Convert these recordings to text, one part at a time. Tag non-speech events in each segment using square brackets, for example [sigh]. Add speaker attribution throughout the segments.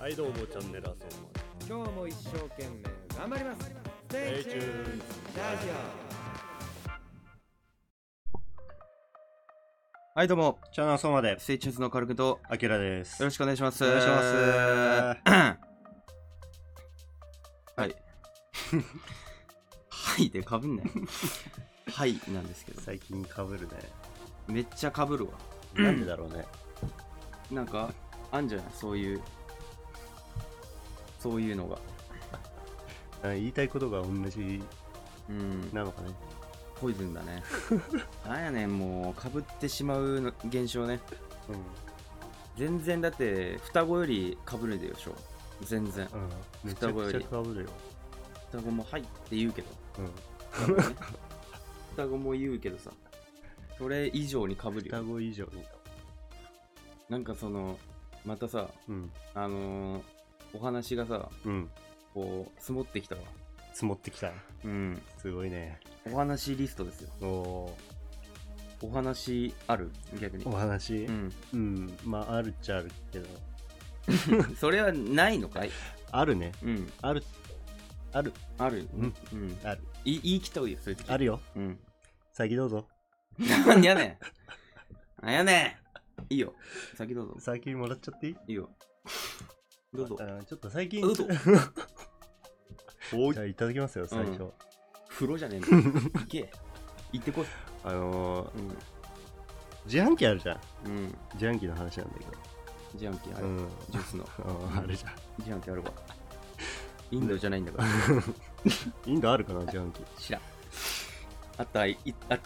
Speaker 1: はいどうもチャンネルあそま
Speaker 2: 今日も一生懸命頑張ります Stay
Speaker 1: Stay tuned.
Speaker 2: tuned ラジオ
Speaker 3: はい、どうも、
Speaker 1: チャンネルあそまで
Speaker 3: スイッチューズのカル君と、
Speaker 1: あきらです
Speaker 3: よろしくお願いします。
Speaker 1: お願いします
Speaker 3: はい。 [laughs] はい。でかぶんない。はいなんですけど、
Speaker 1: 最近かぶるね
Speaker 3: めっちゃかぶるわ。
Speaker 1: なんでだろうね
Speaker 3: なんか、あんじゃないそういう、そういうのが。
Speaker 1: あ言いたいことが同じ
Speaker 3: うん、
Speaker 1: なのかね
Speaker 3: ポイズン
Speaker 1: [laughs]
Speaker 3: だね。なんやねん、もう、かぶってしまうの現象ね。
Speaker 1: う
Speaker 3: 全然、だって、双子よりかぶるでしょ。全然。
Speaker 1: んうんめちゃ
Speaker 3: 双子
Speaker 1: く
Speaker 3: よ
Speaker 1: ちゃ
Speaker 3: り
Speaker 1: かぶるよ
Speaker 3: 双子も、はいって言うけど。
Speaker 1: うん
Speaker 3: ね双子も言うけどさそれ以上にかぶる
Speaker 1: 双
Speaker 3: よ
Speaker 1: 子以上に
Speaker 3: なんかそのまたさ
Speaker 1: うん
Speaker 3: あのーお話がさ
Speaker 1: うん
Speaker 3: こう積もってきたわ
Speaker 1: 積もってきた
Speaker 3: うん
Speaker 1: すごいね
Speaker 3: お話リストですよ
Speaker 1: おー
Speaker 3: お話ある逆に
Speaker 1: お話
Speaker 3: うん
Speaker 1: うんまああるっちゃあるけど
Speaker 3: それはないのかい
Speaker 1: あるね
Speaker 3: うん
Speaker 1: あるある
Speaker 3: ある
Speaker 1: うん
Speaker 3: うん
Speaker 1: ある
Speaker 3: い言い切った方がいいよそういう時
Speaker 1: あるよ
Speaker 3: うん
Speaker 1: 先どうぞ
Speaker 3: なんやねんなんやねんいいよ先どうぞ
Speaker 1: 先もらっちゃっていい [laughs]
Speaker 3: いいよどうぞ
Speaker 1: あちょっと最近
Speaker 3: どう
Speaker 1: [laughs]
Speaker 3: ぞおい
Speaker 1: じゃあいただきますよ最初、
Speaker 3: う風呂じ
Speaker 1: [laughs]
Speaker 3: ゃねえんだよ行け行ってこい
Speaker 1: あのー
Speaker 3: うん
Speaker 1: 自販機あるじゃん
Speaker 3: うん、
Speaker 1: 自販機の話なんだけど、
Speaker 3: 自販機ある、
Speaker 1: うん
Speaker 3: ジュースの
Speaker 1: あーあるじゃん
Speaker 3: 自販機あるわインドじゃないんだから
Speaker 1: インドあるかな自販機
Speaker 3: 知らんあったらいいあ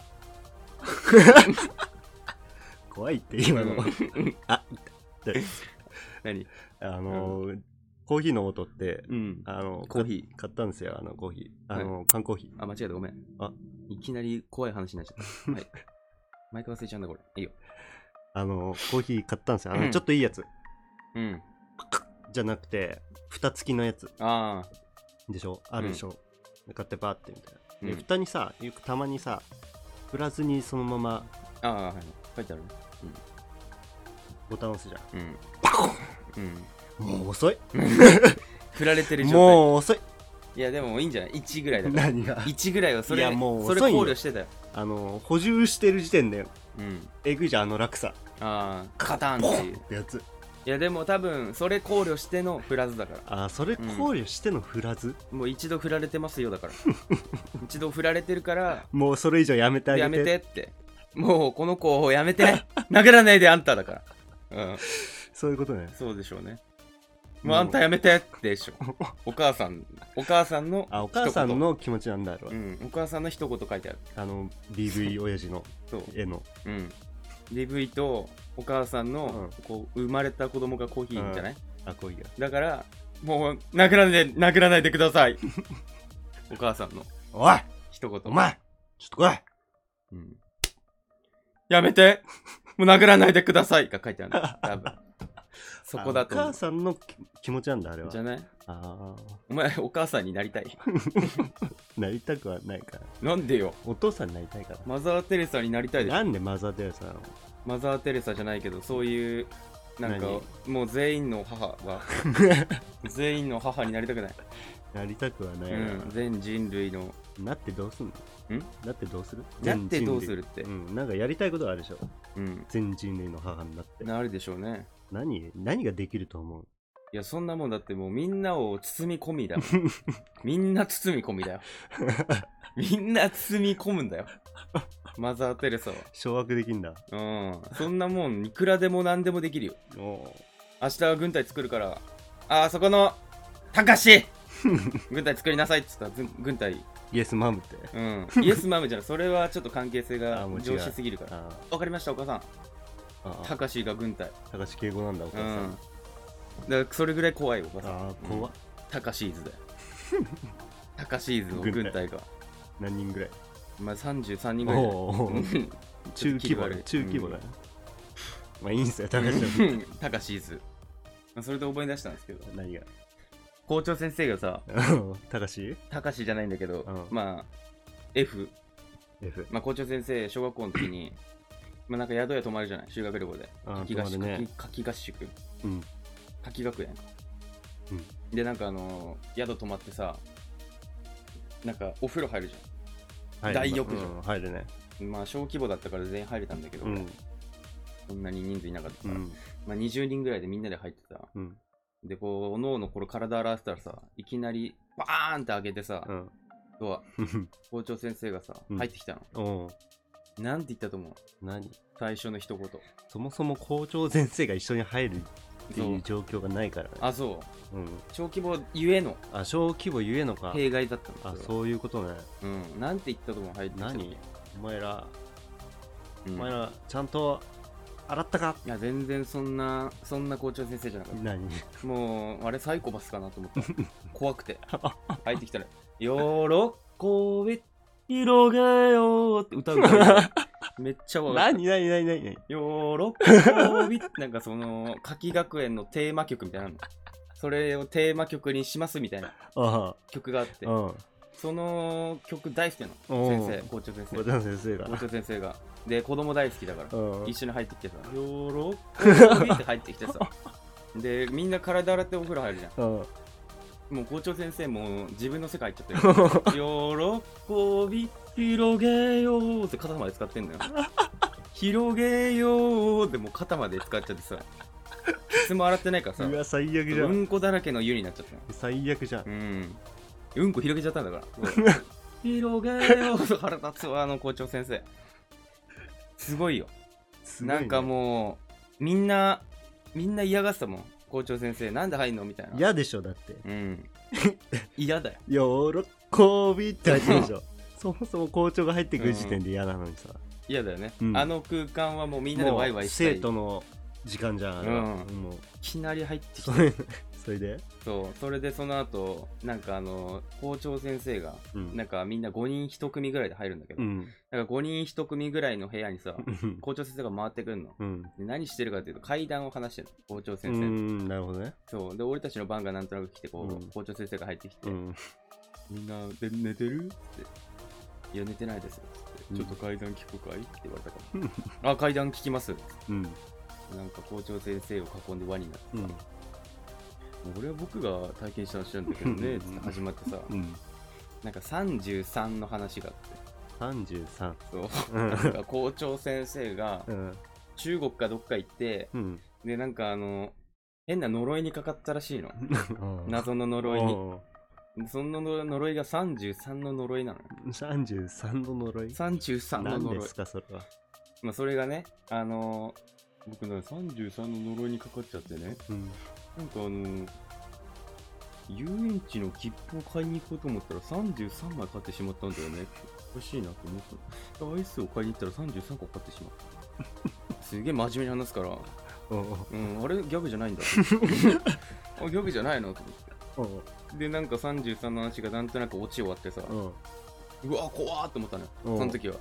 Speaker 1: 怖いって今の、
Speaker 3: うん
Speaker 1: あいたで
Speaker 3: 何
Speaker 1: [laughs] あのーコーヒーの音って
Speaker 3: うん
Speaker 1: あの
Speaker 3: コーヒ
Speaker 1: ー買ったんですよあのコーヒーあのー、缶コーヒー
Speaker 3: あ間違えたごめん
Speaker 1: あ
Speaker 3: いきなり怖い話になっちゃったはい毎回忘れちゃうんだこれいいよ
Speaker 1: あのーコーヒー買ったんですよあの、
Speaker 3: うん
Speaker 1: ちょっといいやつ
Speaker 3: うん
Speaker 1: じゃなくて蓋付きのやつ
Speaker 3: ああ
Speaker 1: でしょあるでしょ、で買ってバーってみたいな、
Speaker 3: うん
Speaker 1: で蓋にさよくたまにさ振らずにそのまま
Speaker 3: ああはい書いてあるね
Speaker 1: ボタン押すじゃ
Speaker 3: うん
Speaker 1: パコン
Speaker 3: ンうん
Speaker 1: んもう遅い
Speaker 3: 振られてる状態
Speaker 1: もう遅い
Speaker 3: いやでもいいんじゃない1ぐらいだから
Speaker 1: 何 [laughs] が
Speaker 3: 1ぐらいはそれ
Speaker 1: いやもう
Speaker 3: それ
Speaker 1: 遅いよ
Speaker 3: 考慮してたよ
Speaker 1: あの補充してる時点で
Speaker 3: うん
Speaker 1: えぐいじゃんあの落差
Speaker 3: ああカタンっていう
Speaker 1: ってやつ
Speaker 3: いやでも多分それ考慮してのフラズだから
Speaker 1: あーそれ考慮しての振らず、
Speaker 3: もう一度振られてますよだから
Speaker 1: [laughs]
Speaker 3: 一度振られてるから
Speaker 1: もうそれ以上やめてあげて
Speaker 3: やめてってもうこの子をやめて殴らないであんただからうん
Speaker 1: そういうことね
Speaker 3: そうでしょうね
Speaker 1: うん
Speaker 3: もうあんたやめてってでしょお母さんお母さんの
Speaker 1: あお母さん
Speaker 3: 一
Speaker 1: の気持ちなんだろう、
Speaker 3: 言うんお母さんの一言書いてある
Speaker 1: あの DV 親父の
Speaker 3: そう
Speaker 1: 絵の
Speaker 3: うん DV とお母さんの、こう生まれた子供がコーヒーじゃない、
Speaker 1: あこういうや
Speaker 3: だからもう殴らないで殴らないでくださいお母さんの
Speaker 1: おい
Speaker 3: 一言
Speaker 1: お前ちょっと来い
Speaker 3: やめてもう殴らないでくださいが書いてある多分そこだと
Speaker 1: あお
Speaker 3: 思
Speaker 1: 母さんのき気持ちなんだあれ
Speaker 3: う
Speaker 1: は
Speaker 3: じゃない
Speaker 1: あ
Speaker 3: お前お母さんになりたい
Speaker 1: ーなりたくはないから
Speaker 3: なんでよ
Speaker 1: お父さんになりたいから
Speaker 3: マザー・テレサになりたいでしょ
Speaker 1: なんでマザー・テレサなの
Speaker 3: マザー・テレサじゃないけどそういうなんかもう全員の母は全員の母になりたくない、
Speaker 1: なりたくはないな、
Speaker 3: うん、全人類の
Speaker 1: なってどうすんの
Speaker 3: ん
Speaker 1: なってどうする
Speaker 3: なってどうする
Speaker 1: 全人類
Speaker 3: って
Speaker 1: うん、なんかやりたいことはあるでしょ
Speaker 3: うん
Speaker 1: 全人類の母になって
Speaker 3: なるでしょうね
Speaker 1: 何何ができると思う
Speaker 3: いやそんなもんだってもうみんなを包み込み
Speaker 1: [laughs]
Speaker 3: だよみんな包み込みだよみんな包み込むんだよマザー・テレサは
Speaker 1: 掌握できんだ
Speaker 3: うんそんなもんいくらでも何でもできるよ
Speaker 1: お
Speaker 3: 明日は軍隊作るからあーそこのた
Speaker 1: [laughs]
Speaker 3: かし軍隊作りなさいっつったらずん軍隊
Speaker 1: イエスマムって
Speaker 3: うんイエスマムじゃないそれはちょっと関係性
Speaker 1: [laughs] あ
Speaker 3: が
Speaker 1: もう違う
Speaker 3: 上司すぎるから
Speaker 1: あ
Speaker 3: わかりましたお母さん
Speaker 1: ーあ
Speaker 3: た
Speaker 1: ー
Speaker 3: かしが軍隊
Speaker 1: 高橋敬語なんだお母
Speaker 3: う
Speaker 1: さん、
Speaker 3: んだからそれぐらい怖いよお母さん
Speaker 1: ああ怖っ、
Speaker 3: たかしー
Speaker 1: [laughs]
Speaker 3: ズだよたかしーズの軍隊が
Speaker 1: 何人ぐらい
Speaker 3: まあ33人
Speaker 1: お
Speaker 3: ぐら
Speaker 1: ーお
Speaker 3: い [laughs]
Speaker 1: ー
Speaker 3: じゃな
Speaker 1: 中
Speaker 3: い
Speaker 1: 規模だ
Speaker 3: うん
Speaker 1: 中規模だ、まあいいんすよ高橋さん
Speaker 3: うん [laughs] たかしーズまあそれで思い出したんですけど
Speaker 1: 何が [laughs]
Speaker 3: 校長先生がさ
Speaker 1: 高橋
Speaker 3: たかしじゃないんだけど、
Speaker 1: うん
Speaker 3: まあ F、
Speaker 1: F
Speaker 3: まあ、校長先生小学校の時にまあなんか宿屋泊まるじゃない修学旅行で
Speaker 1: あー
Speaker 3: 夏季合
Speaker 1: 泊
Speaker 3: 宿
Speaker 1: まるね
Speaker 3: 夏季夏季合宿
Speaker 1: うん
Speaker 3: 夏季学園か
Speaker 1: うん
Speaker 3: でなんかあの宿泊まってさなんかお風呂入るじ
Speaker 1: 入る
Speaker 3: 大浴場
Speaker 1: うん入るね
Speaker 3: ゃんまあ小規模だったから全員入れたんだけど、
Speaker 1: う
Speaker 3: 俺
Speaker 1: ん
Speaker 3: そんなに人数いなかった
Speaker 1: う
Speaker 3: から、
Speaker 1: ん
Speaker 3: まあ、20人ぐらいでみんなで入ってた
Speaker 1: うん
Speaker 3: でこうおのおのこれ体洗ってたらさいきなりバーンって開けてさ、
Speaker 1: うん
Speaker 3: ドア校長先生がさ
Speaker 1: うん
Speaker 3: 入ってきたの、
Speaker 1: おう
Speaker 3: なんて言ったと思う
Speaker 1: [laughs] 何
Speaker 3: 最初の一言
Speaker 1: そもそも校長先生が一緒に入るって
Speaker 3: そ
Speaker 1: いうう状況がないからね
Speaker 3: あそう
Speaker 1: うん
Speaker 3: 小規模ゆえの
Speaker 1: あ小規模ゆえのか
Speaker 3: 弊害だったの
Speaker 1: あ
Speaker 3: それは
Speaker 1: そういうことね
Speaker 3: うんなんて言ったと思う入ってきた時
Speaker 1: 何お前ら
Speaker 3: う
Speaker 1: お
Speaker 3: ん
Speaker 1: 前らちゃんと洗ったか
Speaker 3: いや全然そんなそんな校長先生じゃなかっ
Speaker 1: 何
Speaker 3: たもうあれサイコパスかなと思 [laughs] った怖くて入ってき [laughs] たら「喜べ広げよ」って [laughs] 歌うからめっちゃわかる
Speaker 1: 何何何何何
Speaker 3: 喜びってなんかその夏季学園のテーマ曲みたいなのそれをテーマ曲にしますみたいな
Speaker 1: あ
Speaker 3: 曲があって
Speaker 1: あうん
Speaker 3: その曲大好きなの
Speaker 1: おう
Speaker 3: 先生校長先生
Speaker 1: 校長先生が
Speaker 3: 校長先生がで子供大好きだから
Speaker 1: うん
Speaker 3: 一緒に入ってきてさ「喜び」って入ってきてさ [laughs] でみんな体洗ってお風呂入るじゃ
Speaker 1: うん
Speaker 3: んもう校長先生も自分の世界入っちゃ [laughs] ってる喜び広げようって肩まで使ってんのよ広げようでもう肩まで使っちゃってさいつも洗ってないからさ
Speaker 1: [laughs] うわ最悪じゃ
Speaker 3: うんんこだらけの湯になっちゃったの
Speaker 1: 最悪じゃん
Speaker 3: うんうんこ広げちゃったんだから。
Speaker 1: [laughs]
Speaker 3: 広げよう腹立つわ、あの校長先生。すごいよ。
Speaker 1: すごい
Speaker 3: な
Speaker 1: ね
Speaker 3: んかもう、みんな、みんな嫌がってたもん。校長先生、なんで入んのみたいな。
Speaker 1: 嫌でしょだって [laughs]
Speaker 3: うん。嫌だよ。
Speaker 1: 喜びって入ってるでし
Speaker 3: [laughs]
Speaker 1: ょそもそも校長が入ってくる時点で嫌なのにさ、
Speaker 3: 嫌だよね、
Speaker 1: うん
Speaker 3: あの空間はもうみんなでワイワイしたい。
Speaker 1: 生徒の時間じゃんあれは、
Speaker 3: うん
Speaker 1: もう
Speaker 3: いきなり入ってき
Speaker 1: そ
Speaker 3: た。
Speaker 1: れそれで
Speaker 3: そう、それでその後、なんかあの、校長先生が、
Speaker 1: うん
Speaker 3: なんかみんな5人1組ぐらいで入るんだけど、
Speaker 1: うん
Speaker 3: なんか5人1組ぐらいの部屋にさ、
Speaker 1: うん
Speaker 3: 校長先生が回ってくるの。
Speaker 1: うん
Speaker 3: で何してるかっていうと階段を話してるの校長
Speaker 1: う
Speaker 3: 先生と
Speaker 1: んなるほどね
Speaker 3: そうで俺たちの番がなんとなく来てこう、
Speaker 1: うん
Speaker 3: 校長先生が入ってきて、
Speaker 1: うん
Speaker 3: みんなで寝てるっていや寝てないですよつって
Speaker 1: うん
Speaker 3: ちょっと階段聞くかいって言われた
Speaker 1: [laughs]
Speaker 3: からあ階段聞きます
Speaker 1: うん
Speaker 3: なんか校長先生を囲んで輪になって
Speaker 1: うん
Speaker 3: 俺は僕が体験した話なんだけどね
Speaker 1: うん
Speaker 3: つって始まってさ
Speaker 1: うん
Speaker 3: なんか33の話があ
Speaker 1: 33
Speaker 3: ってそう
Speaker 1: うん
Speaker 3: なんか校長先生が
Speaker 1: うん
Speaker 3: 中国かどっか行って
Speaker 1: うん
Speaker 3: でなんかあの変な呪いにかかったらしいの
Speaker 1: な
Speaker 3: 謎の
Speaker 1: ろ
Speaker 3: 呪
Speaker 1: い
Speaker 3: いにその呪いが33の呪いなのよ。
Speaker 1: 33の呪い
Speaker 3: 33の
Speaker 1: 何
Speaker 3: 呪い
Speaker 1: で。すかそれは
Speaker 3: まあ、それがね、あのー、僕ね、33の呪いにかかっちゃってね、
Speaker 1: うん
Speaker 3: なんかあのー、遊園地の切符を買いに行こうと思ったら33枚買ってしまったんだよね。欲しいなと思ったの。アイスを買いに行ったら33個買ってし
Speaker 1: [laughs]
Speaker 3: まった。すげえ真面目に話すから、
Speaker 1: おう
Speaker 3: うん、あれギャグじ
Speaker 1: [laughs]
Speaker 3: ゃないんだ。あ、ギャグじゃないのと思って。
Speaker 1: おう
Speaker 3: で、なんか33の話がなんとなく落ち終わってさ、
Speaker 1: おう
Speaker 3: うわ怖ーって思ったのよ
Speaker 1: うん
Speaker 3: その時は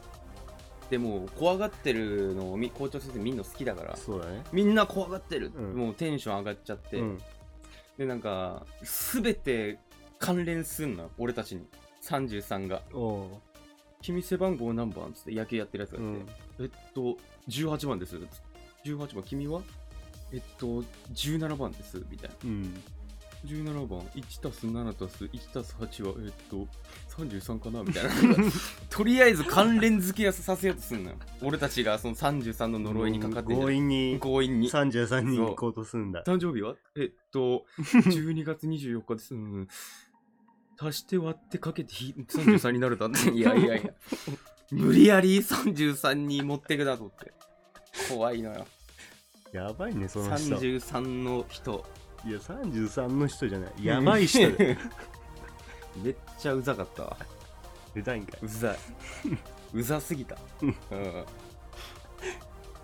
Speaker 3: でもう怖がってるのをみ校長先生みんな好きだから
Speaker 1: そうだね
Speaker 3: みんな怖がってる、
Speaker 1: うん
Speaker 3: もうテンション上がっちゃって、
Speaker 1: うん
Speaker 3: でなんか全て関連すんのよ俺たちに33が
Speaker 1: おう
Speaker 3: 「君背番号何番?」っつって野球やってるやつがいて、
Speaker 1: うん
Speaker 3: えっと18番です18番君はえっと17番ですみたいな
Speaker 1: うん
Speaker 3: 17番1たす7たす1たす8はえっと33かなみたい
Speaker 1: [laughs]
Speaker 3: なとりあえず関連付けさせようとすんのよ俺たちがその33の呪いにかかってんじゃん
Speaker 1: 強引に
Speaker 3: 強引に
Speaker 1: 33人行こうとすんだ
Speaker 3: [laughs] 誕生日はえっ [laughs] と12月24日ですうん足して割ってかけてひ33になるだって [laughs] いやいやいや無理やり33に持ってくだと思って怖いのよ
Speaker 1: やばいねその人い
Speaker 3: 33の人
Speaker 1: や33の人じゃないやばい
Speaker 3: [laughs]
Speaker 1: 人だよ
Speaker 3: めっちゃうざかったわ
Speaker 1: うざいんかいう
Speaker 3: ざい [laughs] うざすぎた、うん、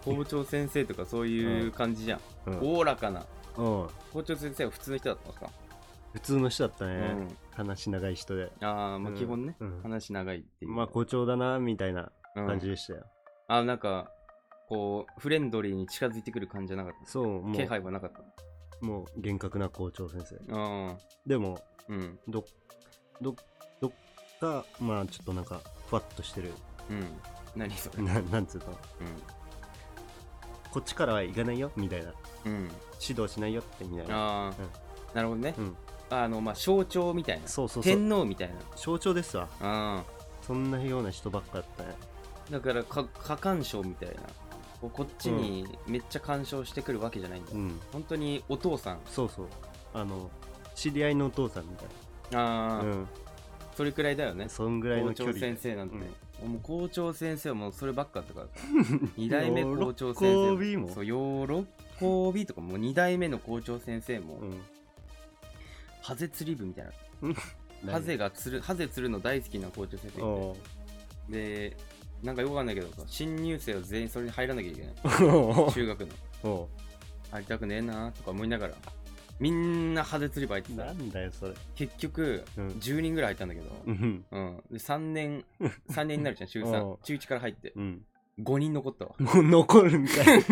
Speaker 3: 校長先生とかそういう感じじゃん
Speaker 1: うん
Speaker 3: おお、らかな
Speaker 1: うん
Speaker 3: 校長先生は普通の人だったんですか、
Speaker 1: 普通の人だったね、
Speaker 3: うん
Speaker 1: 話長い人で
Speaker 3: ああまあ
Speaker 1: うん
Speaker 3: 基本ね、
Speaker 1: うん
Speaker 3: 話長いっていう
Speaker 1: まあ誇張だなみたいな
Speaker 3: うん
Speaker 1: 感じでしたよ、
Speaker 3: あなんかこうフレンドリーに近づいてくる感じじゃなかった
Speaker 1: そうも
Speaker 3: 気
Speaker 1: う
Speaker 3: 配はなかっ
Speaker 1: もう厳格な校長先生
Speaker 3: たうん
Speaker 1: でも
Speaker 3: うん
Speaker 1: どどどっかまあちょっとなんかふわっとしてる [laughs]
Speaker 3: うん何それ
Speaker 1: ななんつうのこっちからは行かないよみたいな
Speaker 3: うん、うん、
Speaker 1: 指導しないよってみたいな
Speaker 3: ああ、なるほどね、
Speaker 1: うん
Speaker 3: あのまあ象徴みたいな
Speaker 1: そうそうそう
Speaker 3: 天皇みたいな
Speaker 1: 象徴ですわ
Speaker 3: あ
Speaker 1: そんなような人ばっかだったね
Speaker 3: だからか過干渉みたいなこうこっちにめっちゃ干渉してくるわけじゃないんだ、
Speaker 1: うん
Speaker 3: 本当にお父さん
Speaker 1: そうそうあの知り合いのお父さんみたい
Speaker 3: あ
Speaker 1: な
Speaker 3: あ、
Speaker 1: うん
Speaker 3: それくらいだよね
Speaker 1: そんぐらい
Speaker 3: 校
Speaker 1: の距
Speaker 3: 長
Speaker 1: 離
Speaker 3: 先生なんて、もう校長先生はもうそればっかだった [laughs] から2
Speaker 1: 二
Speaker 3: 代目校長先生
Speaker 1: 喜びも
Speaker 3: そう喜びとかもう2代目の校長先生も、
Speaker 1: うん
Speaker 3: ハゼ釣り部みたいなハ
Speaker 1: 何
Speaker 3: ゼが釣るハゼ釣るの大好きな校長先生
Speaker 1: おう
Speaker 3: ででなんかよくわかんないけどさ新入生は全員それに入らなきゃいけない中学の
Speaker 1: [laughs] お
Speaker 3: 入りたくねえなとか思いながらみんなハゼ釣り部入って
Speaker 1: うな
Speaker 3: た
Speaker 1: んだよそれ
Speaker 3: 結局
Speaker 1: うん
Speaker 3: 10人ぐらい入ったんだけど、
Speaker 1: うん
Speaker 3: うん、で3年3年になるじゃん中 [laughs]
Speaker 1: お
Speaker 3: 3
Speaker 1: う
Speaker 3: 中1から入って
Speaker 1: うん
Speaker 3: 5人残ったわ
Speaker 1: もう残るんか
Speaker 3: [laughs]
Speaker 1: い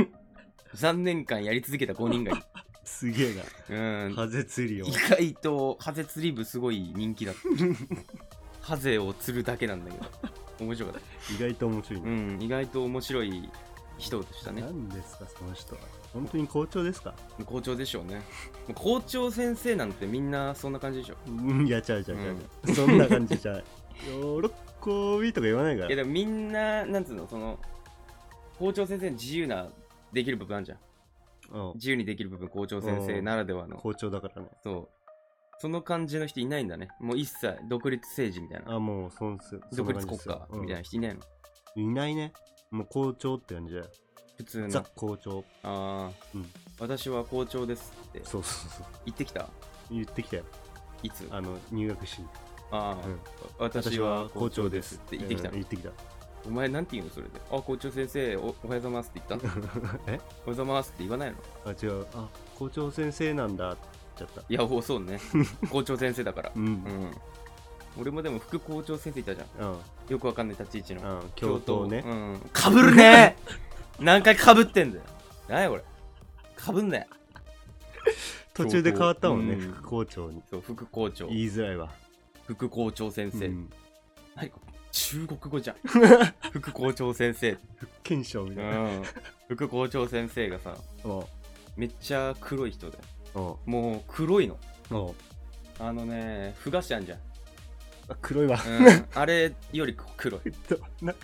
Speaker 3: 3年間やり続けた5人がい
Speaker 1: すげえ
Speaker 3: るう
Speaker 1: なんハゼ釣りを
Speaker 3: 意外とハゼ釣り部すごい人気だったハゼを釣るだけなんだけど面白かっ
Speaker 1: 意外と面白い
Speaker 3: たう
Speaker 1: ね
Speaker 3: ん意外と面白い人でしたね
Speaker 1: 何ですかその人は本当に校長ですか
Speaker 3: 校長でしょうね校長先生なんてみんなそんな感じでしょ
Speaker 1: うんいやちゃうちゃうちゃうちゃうそんな感じじゃない喜びとか言わないか
Speaker 3: いや
Speaker 1: ら
Speaker 3: でもみんななんつうのその校長先生の自由なできる部分あるじゃん
Speaker 1: うん
Speaker 3: 自由にできる部分校長先生ならではの
Speaker 1: 校長だからね
Speaker 3: そうその感じの人いないんだねもう一切独立政治みたいな
Speaker 1: あもうそんすそん
Speaker 3: 独
Speaker 1: な
Speaker 3: 立
Speaker 1: 感じで
Speaker 3: 国
Speaker 1: すよ
Speaker 3: 家みたいな人いないの
Speaker 1: うんいないねもう校長って感じだよ
Speaker 3: 普通
Speaker 1: ザ
Speaker 3: の
Speaker 1: 校長
Speaker 3: ああ、
Speaker 1: うん
Speaker 3: 私は校長ですって
Speaker 1: そうそうそう
Speaker 3: 言ってきた
Speaker 1: 言ってきたよ
Speaker 3: いつあ
Speaker 1: あの入学式に
Speaker 3: あ、
Speaker 1: うん
Speaker 3: 私は校長ですって
Speaker 1: 私
Speaker 3: 言
Speaker 1: は校長うん
Speaker 3: ってきたの、
Speaker 1: 言って
Speaker 3: [laughs]
Speaker 1: きた
Speaker 3: お前なんて言うのそれであ校長先生おおはようございますって言ったのおはよ
Speaker 1: え
Speaker 3: うございますって言わないの
Speaker 1: あ違うあ校長先生なんだって言っちゃった
Speaker 3: いやおそうね校長先生だから
Speaker 1: うん
Speaker 3: う
Speaker 1: うん、
Speaker 3: ん俺もでも副校長先生いたじゃん
Speaker 1: うん
Speaker 3: よくわかんない立ち位置の
Speaker 1: 教頭ね、
Speaker 3: うんかぶるね [laughs] 何回かぶってんだよ何やこれかぶんなよ
Speaker 1: 途中で変わったもんね、
Speaker 3: うん
Speaker 1: 副校長に
Speaker 3: そう副校長
Speaker 1: 言いづらいわ、
Speaker 3: 副校長先生、
Speaker 1: うん、
Speaker 3: 何これ中国語
Speaker 1: [laughs]
Speaker 3: じゃん副校長先生
Speaker 1: 検証み
Speaker 3: う
Speaker 1: たいな、
Speaker 3: ん副校長先生がさ
Speaker 1: お
Speaker 3: めっちゃ黒い人で
Speaker 1: うお
Speaker 3: もう黒いの
Speaker 1: うおう
Speaker 3: あのねふがしあんじゃん、
Speaker 1: あ黒いわ、 [laughs]
Speaker 3: うん、あれより黒い
Speaker 1: えっとな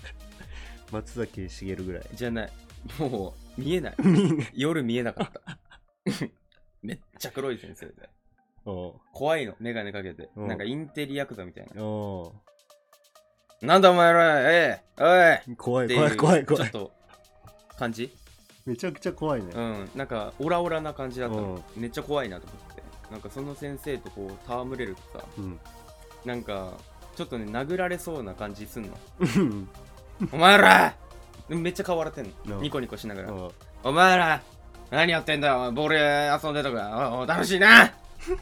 Speaker 1: 松崎しげるぐらい
Speaker 3: じゃないもう見えない夜見えなかった [laughs] めっちゃ黒い先生で
Speaker 1: おう
Speaker 3: 怖いの眼鏡かけて
Speaker 1: うん
Speaker 3: なんかインテリヤクザみたいな
Speaker 1: お
Speaker 3: なんだお前らええお
Speaker 1: う怖
Speaker 3: いっ
Speaker 1: い
Speaker 3: て
Speaker 1: 怖
Speaker 3: い
Speaker 1: いう怖い怖い
Speaker 3: ちょっと感じ
Speaker 1: めちゃくちゃ怖いね、
Speaker 3: うん、なんかオラオラな感じだったの、めっちゃ怖いなと思ってなんかその先生とこう戯れるとさ
Speaker 1: うん
Speaker 3: なんかちょっとね殴られそうな感じすんの [laughs]
Speaker 1: うん
Speaker 3: お前らでもめっちゃ顔笑ってん
Speaker 1: う
Speaker 3: の
Speaker 1: ん
Speaker 3: ニコニコしながら
Speaker 1: おう
Speaker 3: お前ら何やってんだよボール遊んでとかおいおい楽しいな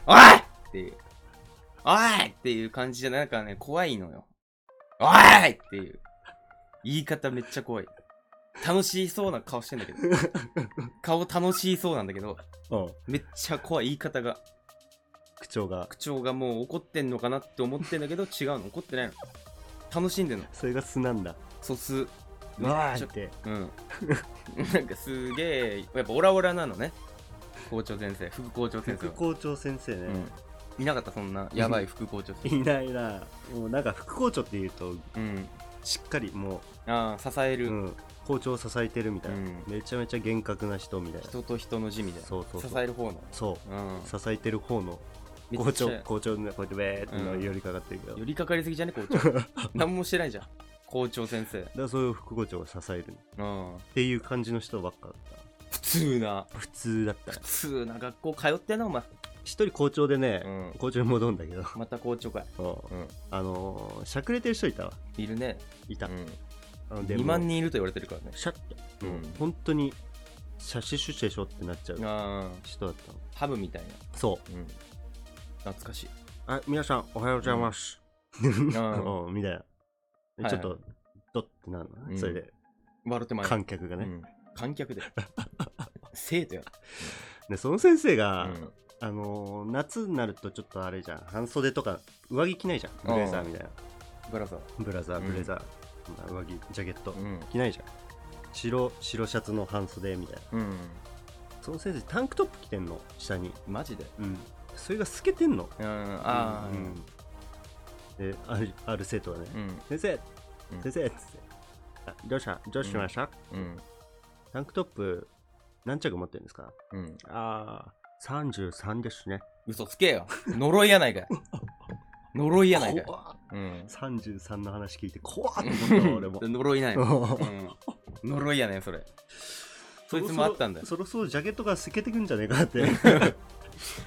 Speaker 3: おいっていうおいっていう感じじゃないなんかね怖いのよおいっていう言い方めっちゃ怖い楽しそうな顔してんだ
Speaker 1: [laughs]
Speaker 3: けど顔楽しそうなんだけど
Speaker 1: おう
Speaker 3: めっちゃ怖い言い方が
Speaker 1: 口調が
Speaker 3: 口調がもう怒ってんのかなって思ってんだけど違うの怒ってないの楽しんでんの
Speaker 1: それが素なんだ
Speaker 3: 素数
Speaker 1: わ
Speaker 3: め
Speaker 1: ーっ
Speaker 3: っち
Speaker 1: て
Speaker 3: ゃうん
Speaker 1: [laughs]
Speaker 3: なんかすげえやっぱオラオラなのね校長先生副校長先生
Speaker 1: 副
Speaker 3: は、
Speaker 1: 校長先生ね、
Speaker 3: うん、いなかったそんなやばい副校長先
Speaker 1: いないなもうなんか副校長っていうと
Speaker 3: 生うん
Speaker 1: しっかりも
Speaker 3: ああ支え
Speaker 1: う、
Speaker 3: る、
Speaker 1: うん校長を支えてるみたいな、
Speaker 3: うん
Speaker 1: めちゃめちゃ厳格な人みたいな
Speaker 3: 人と人の字みたいな
Speaker 1: そうそうそう
Speaker 3: 支える方の
Speaker 1: そ
Speaker 3: うん
Speaker 1: う支えてる方の
Speaker 3: め
Speaker 1: 校
Speaker 3: っちゃ
Speaker 1: 長校長のこうやってべーっての
Speaker 3: うん
Speaker 1: 寄りかかってるけど、
Speaker 3: 寄
Speaker 1: だか
Speaker 3: りかかりすぎじゃね校長 [laughs] 何もしてないじゃん校長先生
Speaker 1: らそういう副校長が支えるっ
Speaker 3: うん
Speaker 1: ていう感じの人ばっかだっ
Speaker 3: 普通な
Speaker 1: た普通だった
Speaker 3: 普通な学校通ってんなお前
Speaker 1: 一人校長でね、
Speaker 3: うん
Speaker 1: 校長に戻るんだけど、
Speaker 3: また校長かい
Speaker 1: そう
Speaker 3: うん
Speaker 1: あのーしゃくれてる人いたわ
Speaker 3: いるね。
Speaker 1: いた、あの
Speaker 3: 2万
Speaker 1: も
Speaker 3: 人いると言われてるからね
Speaker 1: う。シャッて、
Speaker 3: うん
Speaker 1: 本当にシャシシュシェショってなっちゃう
Speaker 3: あ
Speaker 1: 人だったの
Speaker 3: あ、ハブみたいな。
Speaker 1: そう
Speaker 3: うん。懐か
Speaker 1: [laughs]
Speaker 3: しい。
Speaker 1: あ、皆さん、おはようございます。
Speaker 3: ん
Speaker 1: うんみたいな。
Speaker 3: はい
Speaker 1: ちょっと、ドッてなるの
Speaker 3: う
Speaker 1: ね。
Speaker 3: ん
Speaker 1: それで、
Speaker 3: 笑ってまい
Speaker 1: 観客が
Speaker 3: う
Speaker 1: ね。
Speaker 3: ん観客で。 [laughs] 生徒や。
Speaker 1: で、その先生
Speaker 3: う
Speaker 1: が、
Speaker 3: ん
Speaker 1: あのー、夏になるとちょっとあれじゃん。半袖とか、上着着ないじゃん。ブレザーみたいな。
Speaker 3: ブラザー。
Speaker 1: ブラザ
Speaker 3: う
Speaker 1: ー、
Speaker 3: ん
Speaker 1: ブレザー。そんな上着、ジャケット。
Speaker 3: ん。
Speaker 1: 着ないじゃん。白、白シャツの半袖みたいな。
Speaker 3: うん。
Speaker 1: その先生、タンクトップ着てんの、下に。
Speaker 3: マジで。
Speaker 1: うん。それが透けてんの
Speaker 3: うんああうん
Speaker 1: であるある生徒はね、
Speaker 3: う
Speaker 1: 先
Speaker 3: ん
Speaker 1: 生
Speaker 3: う
Speaker 1: 先
Speaker 3: ん
Speaker 1: 生っつってあ「どうしたどうしました
Speaker 3: うん
Speaker 1: タンクトップ何着持ってるんですか
Speaker 3: うん
Speaker 1: ああ33ですね
Speaker 3: 嘘つけよ呪いやない
Speaker 1: [laughs]
Speaker 3: かい呪いやないかい
Speaker 1: 怖っ
Speaker 3: うん
Speaker 1: 33の話聞いて怖っと思
Speaker 3: [laughs]
Speaker 1: ったわ俺も
Speaker 3: 呪いないよ
Speaker 1: [laughs]
Speaker 3: うん、呪いやねんそれそいつもあったんだよ
Speaker 1: そろそろジャケットが透けてくんじゃねえかって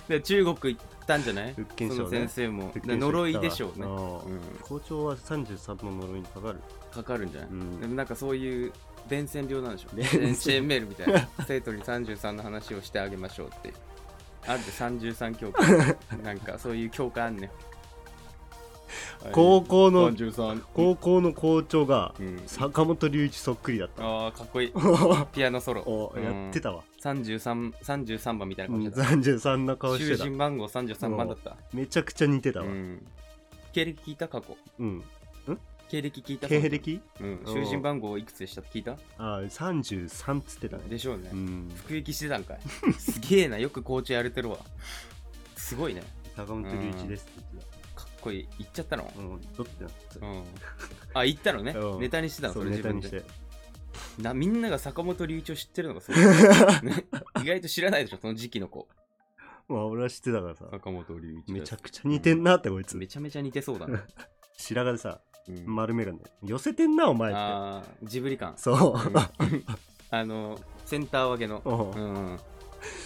Speaker 3: で中国行ったんじゃない
Speaker 1: 福建省ね
Speaker 3: その先生も
Speaker 1: 福建省行ったわ
Speaker 3: で [laughs] 呪いでしょうね、
Speaker 1: う
Speaker 3: うんん、
Speaker 1: 校長は33の呪いにかかる
Speaker 3: かかるんじゃない、
Speaker 1: うん
Speaker 3: でもなんかそういう伝染病なんでしょ
Speaker 1: [laughs] 伝染
Speaker 3: 伝染メールみ
Speaker 1: [laughs]
Speaker 3: たいな生徒に33の話をしてあげましょうってあるで33
Speaker 1: [laughs]
Speaker 3: 教科なんかそういう教科あんねん
Speaker 1: 高校の
Speaker 3: 33
Speaker 1: 高校の校長が
Speaker 3: うん
Speaker 1: 坂本龍一そっくりだった
Speaker 3: あーかっこいいピアノソロ
Speaker 1: [laughs] お
Speaker 3: うん
Speaker 1: やってたわ
Speaker 3: 33, 33番みたいな顔してた
Speaker 1: 33の顔して
Speaker 3: 囚
Speaker 1: た
Speaker 3: 人番号33番だった
Speaker 1: めちゃくちゃ似てたわ
Speaker 3: うん経歴聞いた過去
Speaker 1: うん
Speaker 3: 経歴聞いた
Speaker 1: 経歴
Speaker 3: うん
Speaker 1: お
Speaker 3: 囚人番号いくつでしたって聞いた
Speaker 1: あ33っつってたね
Speaker 3: でしょうね
Speaker 1: うん
Speaker 3: 服役してたんかい [laughs] すげえなよく校長やれてるわすごいね
Speaker 1: 坂本龍一ですって言って
Speaker 3: かっこいい行っちゃったの
Speaker 1: たうんどってなってた
Speaker 3: うんあ行ったのね
Speaker 1: うん
Speaker 3: ネタにしてたの
Speaker 1: そ
Speaker 3: そう
Speaker 1: ネ
Speaker 3: れ自
Speaker 1: タ
Speaker 3: 分
Speaker 1: にし
Speaker 3: で
Speaker 1: て
Speaker 3: なみんなが坂本龍一を知ってるのが
Speaker 1: [laughs]
Speaker 3: すごいね意外と知らないでしょその時期の子
Speaker 1: まあ俺は知ってたからさ
Speaker 3: 坂本龍一
Speaker 1: めちゃくちゃ似てんなってこいつ
Speaker 3: めちゃめちゃ似てそうだね
Speaker 1: 白髪でさ [laughs]
Speaker 3: うん
Speaker 1: 丸めるんだよ寄せてんなお前って
Speaker 3: あージブ
Speaker 1: [laughs]
Speaker 3: リ感
Speaker 1: そう
Speaker 3: うんあのセンター分けの
Speaker 1: おう
Speaker 3: うん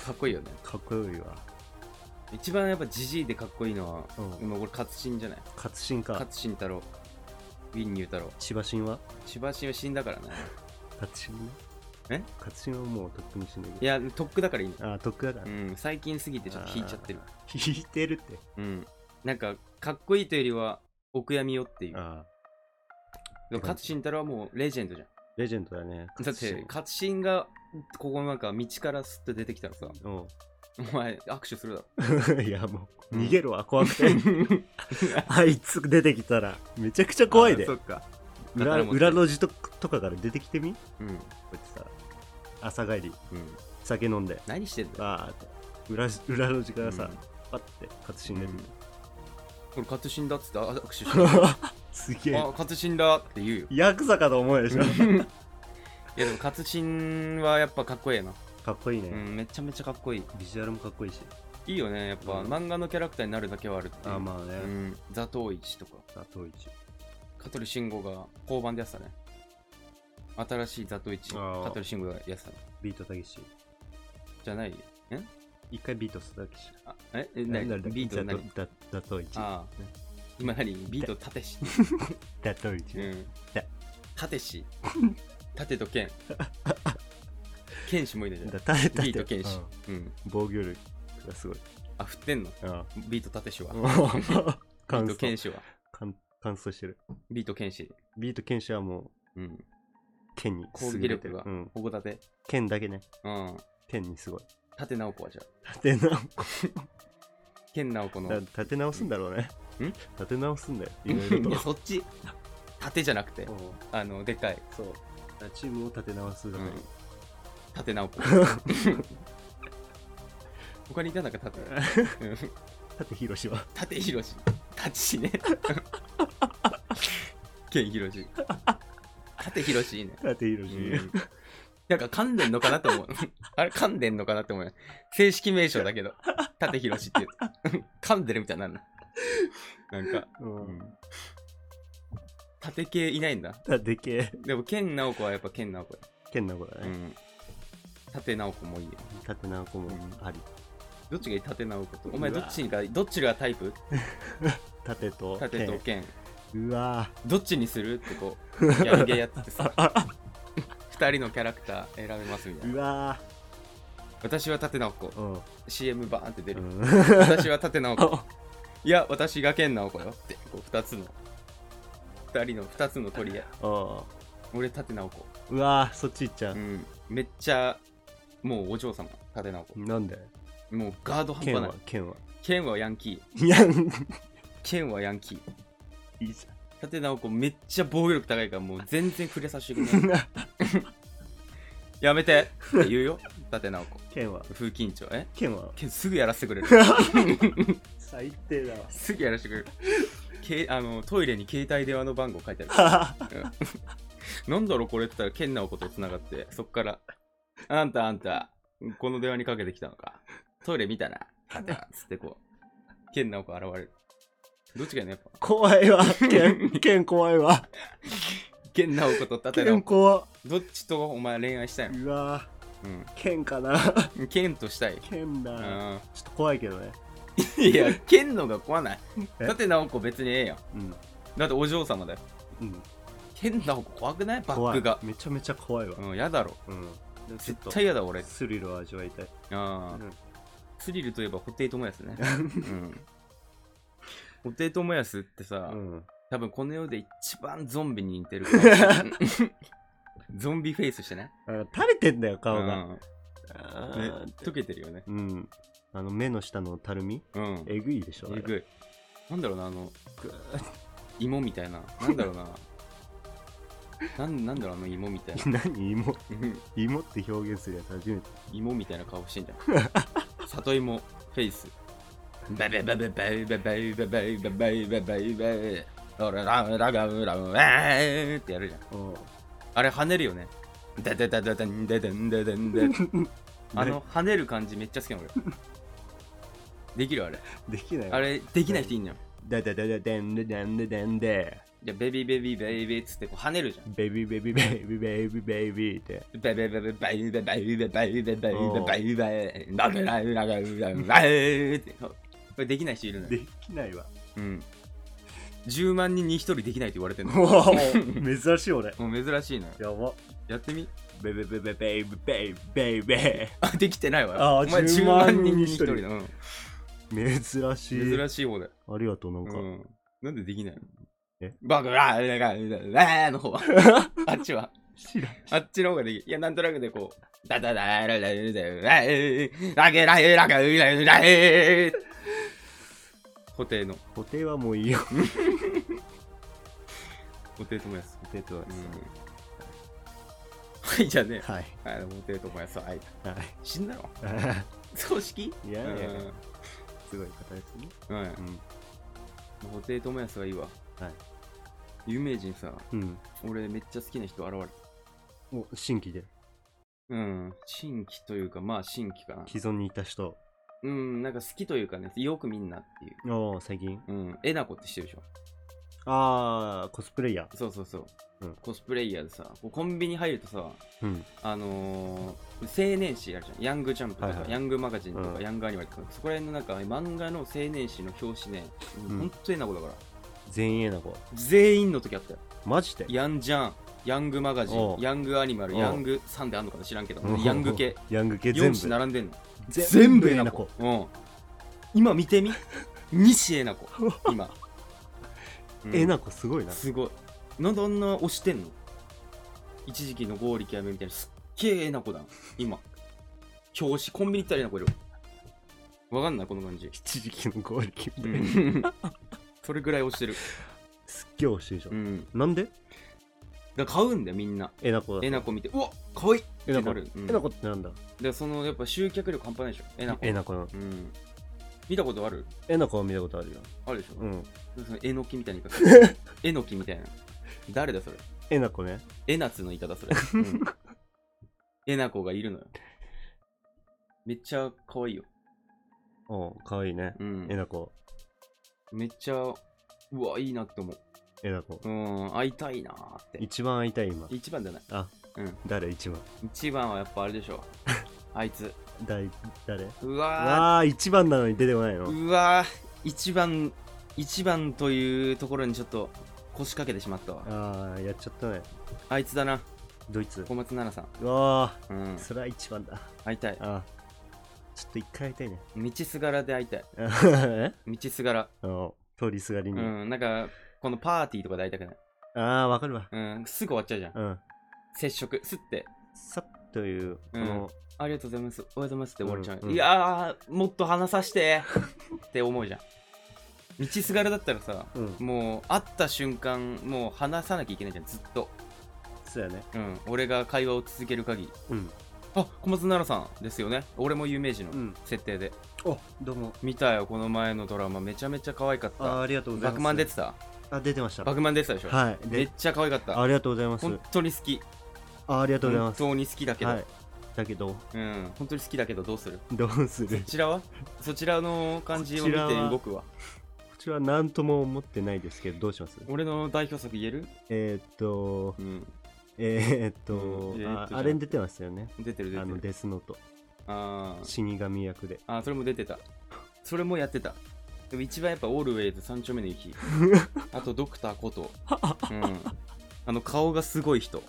Speaker 3: かっこいいよね
Speaker 1: かっこよいわ
Speaker 3: 一番やっぱジジイでかっこいいのは
Speaker 1: うん
Speaker 3: 今これ勝新じゃない
Speaker 1: 勝新か
Speaker 3: 勝新太郎ウィンニュー太郎
Speaker 1: 千葉新は
Speaker 3: 千葉新は死んだからね
Speaker 1: 勝新ね
Speaker 3: え
Speaker 1: 勝新はもうとっくに死んでる
Speaker 3: いやとっくだからいいんだ
Speaker 1: あとっくだか
Speaker 3: う
Speaker 1: ら
Speaker 3: ん最近すぎてちょっと引いちゃってる
Speaker 1: 引いてるって
Speaker 3: うんなんかかっこいいというよりはお悔やみよっていう
Speaker 1: ああ
Speaker 3: でも勝新太郎はもうレジェンドじゃん
Speaker 1: レジェンドだね
Speaker 3: だ
Speaker 1: 勝
Speaker 3: っ
Speaker 1: 新
Speaker 3: て勝新がここのなんか道からすっと出てきたらさ
Speaker 1: おう
Speaker 3: お前握手するだろ
Speaker 1: いやもう
Speaker 3: うん
Speaker 1: 逃げるわ怖く
Speaker 3: [laughs]
Speaker 1: てあいつ出てきたらめちゃくちゃ [laughs] 怖いで
Speaker 3: あそっか
Speaker 1: 裏
Speaker 3: 宝物
Speaker 1: 裏路地ととかから出てきてみこ
Speaker 3: うん
Speaker 1: うやってさ朝帰り
Speaker 3: うん
Speaker 1: 酒飲んで
Speaker 3: 何してんだよ
Speaker 1: バーって裏裏路地からさ、
Speaker 3: うん
Speaker 1: パッて勝新出てくる、
Speaker 3: これ勝新だっつってあ握手して
Speaker 1: [laughs] すげえ
Speaker 3: あ勝新だって言うよ
Speaker 1: ヤクザかと思うでしょ
Speaker 3: [laughs] いやでも勝新はやっぱかっこええな、
Speaker 1: かっこいいうね、
Speaker 3: ん、めちゃめちゃかっこいい
Speaker 1: ビジュアルもかっこいいし
Speaker 3: いいよねやっぱ、
Speaker 1: うん
Speaker 3: 漫画のキャラクターになるだけはあるっていう
Speaker 1: あまあね
Speaker 3: うん、座頭市とか
Speaker 1: 佐藤一
Speaker 3: 香取慎吾が交番でやってたね新しい座頭市
Speaker 1: あー
Speaker 3: 香取慎吾がやってたの
Speaker 1: ビートたけし
Speaker 3: じゃないよえ
Speaker 1: 一回ビートしたけし
Speaker 3: あええ何
Speaker 1: なんだ
Speaker 3: ビート何
Speaker 1: だだと一
Speaker 3: ああ今何ビートた
Speaker 1: [laughs]
Speaker 3: てし
Speaker 1: だと一
Speaker 3: うん
Speaker 1: だ
Speaker 3: た
Speaker 1: [laughs]
Speaker 3: てしたてと剣剣士もいるじゃん
Speaker 1: だだだ
Speaker 3: ビート剣士
Speaker 1: うん、
Speaker 3: うん、
Speaker 1: 防御力がすごい
Speaker 3: あ振ってんの
Speaker 1: あ
Speaker 3: ビートたけしは
Speaker 1: あ
Speaker 3: ビー
Speaker 1: 乾
Speaker 3: ト剣
Speaker 1: 燥
Speaker 3: 士は
Speaker 1: 乾乾燥してる
Speaker 3: ビート剣士、
Speaker 1: ビート剣士はもう
Speaker 3: うん、
Speaker 1: 剣に
Speaker 3: 攻
Speaker 1: 優
Speaker 3: 撃
Speaker 1: れて
Speaker 3: 力
Speaker 1: る
Speaker 3: が
Speaker 1: うん、
Speaker 3: ここだて
Speaker 1: 剣だけね
Speaker 3: うん
Speaker 1: 剣にすごい
Speaker 3: 縦直子はじゃあ
Speaker 1: 立て直
Speaker 3: 剣直子の
Speaker 1: だ立て直すんだろうね
Speaker 3: ん
Speaker 1: 立て直すんだよいろいろ
Speaker 3: [laughs] い
Speaker 1: と
Speaker 3: やそっち縦じゃなくて
Speaker 1: うん
Speaker 3: あのでかい、
Speaker 1: そう。チームを立て直す
Speaker 3: う
Speaker 1: ため
Speaker 3: ん
Speaker 1: に、、
Speaker 3: 縦 [laughs] 直子他にいたんだか縦うん
Speaker 1: 縦広しは。 [laughs]
Speaker 3: 縦ひろし立ち [laughs] ね剣ひろし縦ひろしいいね
Speaker 1: 縦広し。
Speaker 3: なんか噛んでんのかなって思う。 [laughs] あれ噛んでんのかなって思う。正式名称だけど、舘ひろしって言う。 [laughs] 噛んでるみたいになるな。なんか、
Speaker 1: う。
Speaker 3: うんん。縦系いないんだ。
Speaker 1: 縦系。
Speaker 3: でも、剣直子はやっぱ剣直子だ。
Speaker 1: 剣の子だ
Speaker 3: う
Speaker 1: ね。
Speaker 3: ん。縦直子もいいよ。
Speaker 1: 縦直子もあり。
Speaker 3: どっちがいい縦直子と。
Speaker 1: うわ
Speaker 3: お前どっちが、どっちがタイプ
Speaker 1: 縦と
Speaker 3: 縦と剣。
Speaker 1: 剣。うわ
Speaker 3: どっちにするってこう、ギャルゲーやってて [laughs] さ。二人のキャラクター選べますみた
Speaker 1: ぁ。
Speaker 3: いな。
Speaker 1: うわ
Speaker 3: 私は縦直子。
Speaker 1: ぁ。
Speaker 3: CM バーンって出
Speaker 1: う
Speaker 3: る。
Speaker 1: ん。 [laughs]
Speaker 3: 私は縦直 [laughs] 子いや私が剣直子よってこう2つの2人の2つの取り合い
Speaker 1: お
Speaker 3: 俺縦直子
Speaker 1: うわぁ、そっち行っちゃ
Speaker 3: う
Speaker 1: う。
Speaker 3: んめっちゃもうお嬢様縦直子
Speaker 1: なんで
Speaker 3: もうガード半端
Speaker 1: 剣
Speaker 3: ない
Speaker 1: は、剣は。
Speaker 3: 剣はヤンキー
Speaker 1: いや、い [laughs]
Speaker 3: 剣はヤンキー
Speaker 1: いじ
Speaker 3: 縦直子めっちゃ防御力高 [laughs] いからもう全然触れさせてくれ
Speaker 1: ゃ
Speaker 3: な
Speaker 1: ん。
Speaker 3: いやめてって言うよ立直子
Speaker 1: ケンは
Speaker 3: 風緊張え
Speaker 1: ケ
Speaker 3: [laughs]
Speaker 1: ンは
Speaker 3: けすぐやらせてくれる
Speaker 1: 最低だ
Speaker 3: すぐやらせてくれるけあのトイレに携帯電話の番号書いてある
Speaker 1: わ [laughs]
Speaker 3: なんだろうこれって言ったら、ケンナオコとつながって、そっから、あんたあんた、この電話にかけてきたのか。トイレ見たな。はてなつってこう、ケンナオコ現れる。どっちがいいのやっぱ。
Speaker 1: 怖いわケ
Speaker 3: [laughs]
Speaker 1: ンケン怖いわ
Speaker 3: ケンナオコとタ
Speaker 1: ケ
Speaker 3: テナオ
Speaker 1: ン
Speaker 3: コ。
Speaker 1: 怖
Speaker 3: どっちとお前恋愛したいの
Speaker 1: うわケンかな
Speaker 3: うん。ケンとしたい。
Speaker 1: ケン
Speaker 3: う
Speaker 1: だ
Speaker 3: ん。
Speaker 1: ちょっと怖いけどね
Speaker 3: いや、ケンのが怖ない。
Speaker 1: え
Speaker 3: タテナオコ別にええやん。
Speaker 1: うん
Speaker 3: だってお嬢様だよ。
Speaker 1: うん
Speaker 3: ケンナオコ怖くないバッ
Speaker 1: 怖
Speaker 3: ク
Speaker 1: い
Speaker 3: が。
Speaker 1: めちゃめちゃ怖いわ
Speaker 3: うん、やだろ。
Speaker 1: うんちょ
Speaker 3: 絶
Speaker 1: っと
Speaker 3: 対やだ俺。
Speaker 1: スリルを味わいたい
Speaker 3: ああ、
Speaker 1: うん
Speaker 3: スリルといえば布袋寅泰ね。うん。布袋寅泰ってさ、
Speaker 1: うん
Speaker 3: 多分この世で一番ゾンビに
Speaker 1: [laughs]
Speaker 3: 似てるからゾンビフェイスしてね。
Speaker 1: あの垂れてんだよ顔が
Speaker 3: うん、ね
Speaker 1: あーって
Speaker 3: 溶けてるよね。
Speaker 1: うんあの目の下のたるみ
Speaker 3: うん。
Speaker 1: えぐいでしょあれ
Speaker 3: えぐい。なんだろうな、あの、
Speaker 1: ぐー
Speaker 3: 芋みたいな。なんだろ
Speaker 1: [laughs]
Speaker 3: うな。なんなんだろう、あの芋みたいな。
Speaker 1: [laughs] 何芋芋って表現するやつ初めて
Speaker 3: 芋みたいな顔してんじゃん。里芋フェイス。バベバベバベバベバベバベバベバベバベ俺ラムラガムラムウェーってやるじゃん。
Speaker 1: うん
Speaker 3: あれ跳ねるよね。ダダダダダンダダンダダンダダンあの跳ねる感じめっちゃ好きなの俺。できるあれ。
Speaker 1: できない
Speaker 3: あれできない人いんのよ。
Speaker 1: だだだだでんででんででんで
Speaker 3: じゃベビーベビーベイベーっつってこう跳ねるじゃん。
Speaker 1: ベビーベビーベビーベビーベビーって
Speaker 3: ベベベベベイベベイベベイベベイベベイベイダメライラガウラウライって。これできない人いるのよ。
Speaker 1: できないわ
Speaker 3: うん。10万人に1人できないって言われてんの。も
Speaker 1: おー [laughs] 珍しい俺
Speaker 3: う珍しいのよ。
Speaker 1: やば
Speaker 3: やってみ。
Speaker 1: ベベベベベイベイベイベ
Speaker 3: あ、できてないわ。
Speaker 1: あー
Speaker 3: お前
Speaker 1: 10
Speaker 3: 10
Speaker 1: 万
Speaker 3: 万
Speaker 1: 人
Speaker 3: 人
Speaker 1: に
Speaker 3: に
Speaker 1: 1
Speaker 3: 1
Speaker 1: 人
Speaker 3: 人だ。うん
Speaker 1: イ珍しい
Speaker 3: 珍しい方だよ。
Speaker 1: ありがとうなんか
Speaker 3: うん。なんでできないの
Speaker 1: え
Speaker 3: バカラーラーラーラーの方は。あっちは。
Speaker 1: 知らん
Speaker 3: あっちの方ができる。いや、なんとなくでこう。ダダダララララララゲラゲラゲラゲラゲ固定の。
Speaker 1: 固定はもういいよ
Speaker 3: 固定ともやす。
Speaker 1: 固定とは
Speaker 3: はい、じゃあね。
Speaker 1: はい
Speaker 3: はい、固定ともやす。はい。
Speaker 1: は
Speaker 3: 死んだろ。
Speaker 1: い
Speaker 3: 葬式
Speaker 1: いやいやいや
Speaker 3: うん
Speaker 1: すごい方ですね
Speaker 3: はい。布袋寅泰はいいわ。
Speaker 1: はい
Speaker 3: 有名人さ、
Speaker 1: うんうん
Speaker 3: 俺めっちゃ好きな人現れた。
Speaker 1: お新規で
Speaker 3: うん、新規というか、まあ新規かな。
Speaker 1: 既存にいた人
Speaker 3: うん、なんか好きというかね、よくみんなっていう。
Speaker 1: おー最近
Speaker 3: うん、えなこって知ってるでしょ。
Speaker 1: ああコスプレイヤ
Speaker 3: そうそうそう。
Speaker 1: うん
Speaker 3: コスプレイヤーでさ、こうコンビニ入るとさ、
Speaker 1: ーうん
Speaker 3: あのー青年誌やるじゃん。ヤングジャンプとか、
Speaker 1: はいはい
Speaker 3: ヤングマガジンとか、
Speaker 1: うん
Speaker 3: ヤングアニマルとか、そこら辺のなんか漫画の青年誌の表紙ね、
Speaker 1: ん
Speaker 3: ほんとえなこだから。
Speaker 1: 全員えな子
Speaker 3: 全員の時あったよ。
Speaker 1: マジで
Speaker 3: ヤンジャン、ヤングマガジ
Speaker 1: おう
Speaker 3: ン、ヤングアニマル、
Speaker 1: おう
Speaker 3: ヤングサンであんのかな知らんけど、ヤング系。
Speaker 1: ヤング系全
Speaker 3: 4
Speaker 1: 部
Speaker 3: 種並んでんの。
Speaker 1: 全部えなこ
Speaker 3: うん。今見てみ西え
Speaker 1: [laughs]
Speaker 3: なこ。今。うん
Speaker 1: えなこすごいな
Speaker 3: すごい。なんであんな押してんの一時期の剛力やめみたいな、すっげええなこだな。今。表紙、コンビニ行ったらえなこいる。わかんない、この感じ。
Speaker 1: 一時期の合力みたいな、
Speaker 3: それぐらい押してる。
Speaker 1: すっげえ欲しいじゃ、
Speaker 3: うんん。
Speaker 1: なんで
Speaker 3: だから買うんだよ、みんな。
Speaker 1: えなこだ
Speaker 3: えなこ見て、うわかわいいって
Speaker 1: えな
Speaker 3: な
Speaker 1: こ
Speaker 3: る。うん
Speaker 1: えなこってなんだ
Speaker 3: でそのやっぱ集客力半端ないでしょえなこ
Speaker 1: えなこの
Speaker 3: うん見たことある
Speaker 1: えなこは見たことあるよ
Speaker 3: あるでしょ、
Speaker 1: うん
Speaker 3: そのえのきみたいな言い
Speaker 1: [laughs]
Speaker 3: 方えのきみたいな誰だそれ
Speaker 1: えなこね
Speaker 3: えなつの言い方
Speaker 1: [laughs]
Speaker 3: それ、うん、えなこがいるのよめっちゃ可愛いよ、
Speaker 1: おうかわいいね、
Speaker 3: うん
Speaker 1: え、なこ
Speaker 3: めっちゃうわいいなって思う
Speaker 1: えなこ
Speaker 3: うん会いたいなーって
Speaker 1: 一番会いたい今
Speaker 3: 一番じゃない
Speaker 1: あ
Speaker 3: うん
Speaker 1: 誰一番
Speaker 3: 一番はやっぱあれで
Speaker 1: [laughs]
Speaker 3: しょあいつ
Speaker 1: 誰誰
Speaker 3: うわ
Speaker 1: わあ一番なのに出てこない
Speaker 3: ー
Speaker 1: の
Speaker 3: うわー一番一番というところにちょっと腰掛けてしまったわ
Speaker 1: ああやっちゃったね
Speaker 3: あいつだな
Speaker 1: ドイツ
Speaker 3: 小松菜奈さ
Speaker 1: うわ
Speaker 3: ん、うん
Speaker 1: あ、それは一番だ
Speaker 3: 会いたい
Speaker 1: あーちょっと一回
Speaker 3: [laughs]
Speaker 1: 会いたいね
Speaker 3: 道すがらで会いたい
Speaker 1: え
Speaker 3: 道すがら
Speaker 1: あの通りすがり
Speaker 3: う
Speaker 1: に、
Speaker 3: んなんかこのパーティーとかで会いたくない、
Speaker 1: ああわかるわ
Speaker 3: うん、すぐ終わっちゃうじゃん
Speaker 1: うん
Speaker 3: 接触すって
Speaker 1: さっというこ
Speaker 3: うん
Speaker 1: の、
Speaker 3: ありがとうございますおはようございますって終わっちゃう、
Speaker 1: うんうん
Speaker 3: いやーもっと話させて [laughs] って思うじゃん道すがらだったらさ
Speaker 1: うん、
Speaker 3: もう会った瞬間もう話さなきゃいけないじゃんずっと、
Speaker 1: そうやね
Speaker 3: うん、俺が会話を続ける限り
Speaker 1: うん
Speaker 3: あ小松菜奈さんですよね俺も有名人の
Speaker 1: うん
Speaker 3: 設定で、
Speaker 1: あどうも
Speaker 3: 見たよこの前のドラマめちゃめちゃ可愛かっ
Speaker 1: あ
Speaker 3: た
Speaker 1: ありがとうござい
Speaker 3: バ
Speaker 1: ます
Speaker 3: クマン出てた
Speaker 1: あ出てました
Speaker 3: バ
Speaker 1: は
Speaker 3: クマン出てたでしょ、
Speaker 1: い
Speaker 3: め
Speaker 1: で
Speaker 3: っちゃ可愛かった
Speaker 1: ありがとうございます
Speaker 3: 本当に好き
Speaker 1: あありがとうござい
Speaker 3: 本
Speaker 1: ます
Speaker 3: 当に好きだけど、
Speaker 1: はいだけど
Speaker 3: うん本当に好きだけどどうする
Speaker 1: どうす
Speaker 3: そ
Speaker 1: る [laughs] こ
Speaker 3: ちらはそちらの感じを見
Speaker 1: こち
Speaker 3: て
Speaker 1: らは
Speaker 3: 動くわ
Speaker 1: ちらは何とも思ってないですけどどうします
Speaker 3: 俺の代表作言える、
Speaker 1: えーっと
Speaker 3: うん、
Speaker 1: えーっ
Speaker 3: うんえーっ
Speaker 1: と
Speaker 3: とじゃ
Speaker 1: あ
Speaker 3: あ
Speaker 1: あれに出てますよね
Speaker 3: 出てる出
Speaker 1: あ
Speaker 3: て
Speaker 1: の
Speaker 3: る
Speaker 1: デスノート
Speaker 3: あー
Speaker 1: 死神役で
Speaker 3: あーそれも出てたそれもやってたでも一番やっぱオールウェイズ三丁目の [laughs] 雪あとドクター [laughs] こと、うん、あの顔がすごい人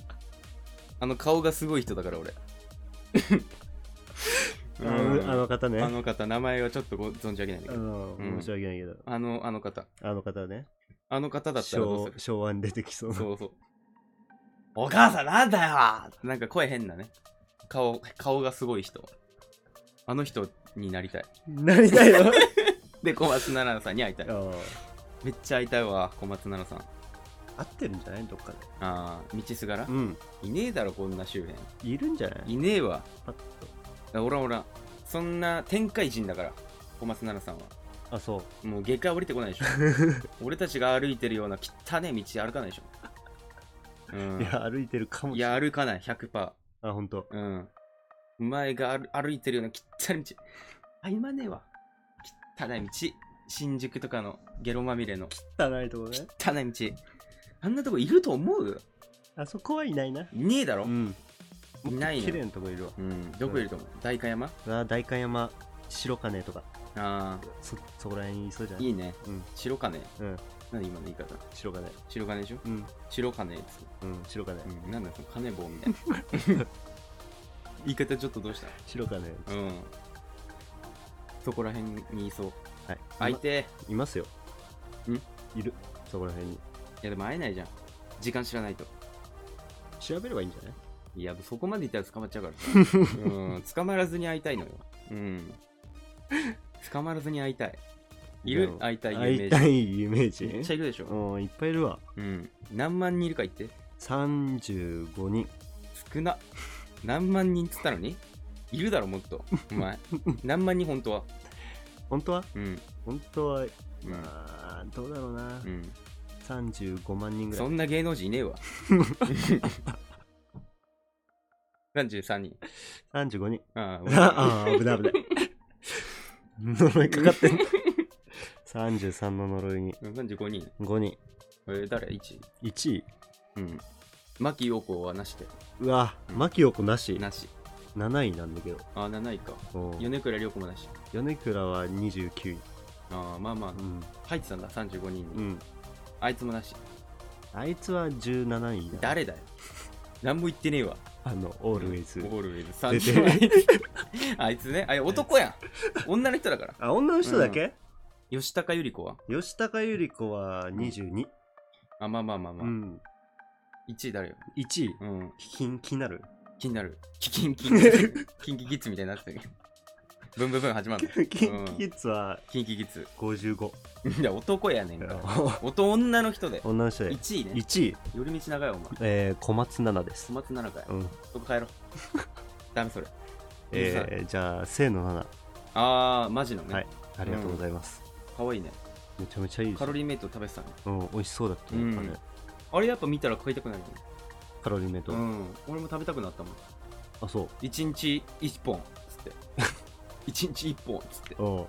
Speaker 3: あの顔がすごい人だ [laughs] から俺
Speaker 1: あ
Speaker 3: うん
Speaker 1: のあの方ね
Speaker 3: あの方名前はちょっとご存じ上げないんだ
Speaker 1: あ
Speaker 3: けど
Speaker 1: の
Speaker 3: うん
Speaker 1: 申し訳ないけど
Speaker 3: あのあの方
Speaker 1: あの方ね
Speaker 3: あの方だったらどうす
Speaker 1: 昭
Speaker 3: る
Speaker 1: 昭和に出てきそうな
Speaker 3: そうそう。お母さんなんだよなんか声変なね。顔、顔がすごい人。あの人になりたい。
Speaker 1: なりたい [laughs] よ
Speaker 3: で、小松菜奈さんに会いたい。
Speaker 1: あ
Speaker 3: めっちゃ会いたいわ、小松菜奈さん。
Speaker 1: 合ってるんじゃないどっかで
Speaker 3: ああ、道すがら
Speaker 1: うん
Speaker 3: いねえだろ、こんな周
Speaker 1: いるんじゃない
Speaker 3: 辺。いねえわ。
Speaker 1: パッと
Speaker 3: おらおら。そんな天界人だから、小松菜奈さんは。
Speaker 1: あそう
Speaker 3: もう下界降りてこないでし
Speaker 1: [laughs]
Speaker 3: ょ。俺たちが歩いてるような汚ねえ道歩かないでしょ。うん、
Speaker 1: いや歩いてるかも
Speaker 3: い
Speaker 1: しれない
Speaker 3: や、歩かない、100%。
Speaker 1: あ本当。
Speaker 3: うん。前が歩歩いてるような汚い道。あ、今ねえわ。汚い道。新宿とかのゲロまみれの
Speaker 1: 汚いとこね
Speaker 3: 汚い道。あんなとこいると思う
Speaker 1: あそこはいないない
Speaker 3: ねえだろ、
Speaker 1: ん
Speaker 3: いない
Speaker 1: 綺麗
Speaker 3: よ。
Speaker 1: なとこいるわ
Speaker 3: うん。どこいると思う代官山
Speaker 1: うわ代官山白金とか
Speaker 3: ああ、
Speaker 1: そそこら辺にいそうじゃない
Speaker 3: いいね。
Speaker 1: うん
Speaker 3: 白金。
Speaker 1: うん
Speaker 3: なんで今の言い方
Speaker 1: 白金
Speaker 3: 白金でしょ
Speaker 1: うん
Speaker 3: 白金です。
Speaker 1: うん白金
Speaker 3: うん。なんだよその金棒みたいな。
Speaker 1: [laughs]
Speaker 3: 言い方ちょっとどうし
Speaker 1: 白金
Speaker 3: たうん。そこら辺にいそう。
Speaker 1: はい
Speaker 3: 相手。
Speaker 1: いますよ
Speaker 3: ん
Speaker 1: いるそこら辺に
Speaker 3: いやでも会えないじゃん。時間知らないと。
Speaker 1: 調べればいいんじゃない
Speaker 3: いや、そこまでいったら捕まっちゃうか
Speaker 1: [laughs]
Speaker 3: らさ。うん、捕まらずに会いたいのよ。うん。捕まらずに会いたい。い
Speaker 1: で
Speaker 3: る
Speaker 1: も
Speaker 3: 会いたい有
Speaker 1: 会
Speaker 3: 名
Speaker 1: いた
Speaker 3: 人。
Speaker 1: い有名
Speaker 3: めっちゃ
Speaker 1: 人
Speaker 3: いるでしょ。
Speaker 1: うんいっぱいいるわ
Speaker 3: うん。何万人いるか言って。
Speaker 1: 35人
Speaker 3: 少な。何万人っつったのにいるだろ、もっと。
Speaker 1: [laughs]
Speaker 3: お前。何万人本当は。
Speaker 1: 本当は
Speaker 3: うん。
Speaker 1: 本当は
Speaker 3: うん
Speaker 1: まあどうだろうな
Speaker 3: うん。
Speaker 1: 35万人ぐら
Speaker 3: そ
Speaker 1: い
Speaker 3: んな芸能人いねえわ。33人。
Speaker 1: 35人
Speaker 3: ああ、
Speaker 1: [laughs] ああ危ない危ない呪いかかってんだ33の呪いに
Speaker 3: 35人。
Speaker 1: 5人
Speaker 3: えー誰 ?1。
Speaker 1: 1位
Speaker 3: うん。牧陽子はなしで。
Speaker 1: うわ
Speaker 3: うん
Speaker 1: 牧陽子なし
Speaker 3: なし。
Speaker 1: 7位なんだけど
Speaker 3: あ、7位か。
Speaker 1: うん
Speaker 3: 米倉涼子もなし。
Speaker 1: 米倉は29位
Speaker 3: あーまあまあ
Speaker 1: う、ん
Speaker 3: 入ってたんだ、35人
Speaker 1: う
Speaker 3: に。
Speaker 1: ん
Speaker 3: あいつもなし。
Speaker 1: あいつは17位だ
Speaker 3: 誰だよ。何も言ってねえわ。
Speaker 1: あのオールウェイズ
Speaker 3: オールウェイズ。
Speaker 1: 出て
Speaker 3: 35人。あいつね。あれ、男やん。女の人だから。
Speaker 1: あ女の人だけ、
Speaker 3: 吉高由里子は
Speaker 1: 吉高由里子は22
Speaker 3: あ、まあまあまあ
Speaker 1: う
Speaker 3: まあ。
Speaker 1: ん
Speaker 3: 1位誰よ。
Speaker 1: 1位
Speaker 3: うん。
Speaker 1: 気に気にな [laughs] る
Speaker 3: 気にな [laughs] る。キキンキン。キンキキッズみたいになってるけど。ブンブンブン始まるの。
Speaker 1: キンキッズは
Speaker 3: キンキキッズ。
Speaker 1: [laughs] 55
Speaker 3: いや、男やねんから。
Speaker 1: 女
Speaker 3: 男女の人で。
Speaker 1: の人で
Speaker 3: 1位ね。
Speaker 1: 1位、
Speaker 3: 寄り道長いわお前。
Speaker 1: えー、小松菜奈です
Speaker 3: 小、松菜奈かよ。
Speaker 1: うん
Speaker 3: そこ帰 [laughs] ろう。ダメそれ。
Speaker 1: えー、じゃあ清野奈
Speaker 3: あー、マジのね。
Speaker 1: はい々ありがとうございます、
Speaker 3: かわいいね。
Speaker 1: めちゃめちゃいいです
Speaker 3: カロリーメイト食べてたね。
Speaker 1: うん、美味しそうだったね、
Speaker 3: うん
Speaker 1: あれ
Speaker 3: あれやっぱ見たら食いたくなるよね。
Speaker 1: カロリーメイト、
Speaker 3: うん。俺も食べたくなったもん。
Speaker 1: あそう
Speaker 3: 一日一本っつって。 [laughs] 一日一本っつって。
Speaker 1: うん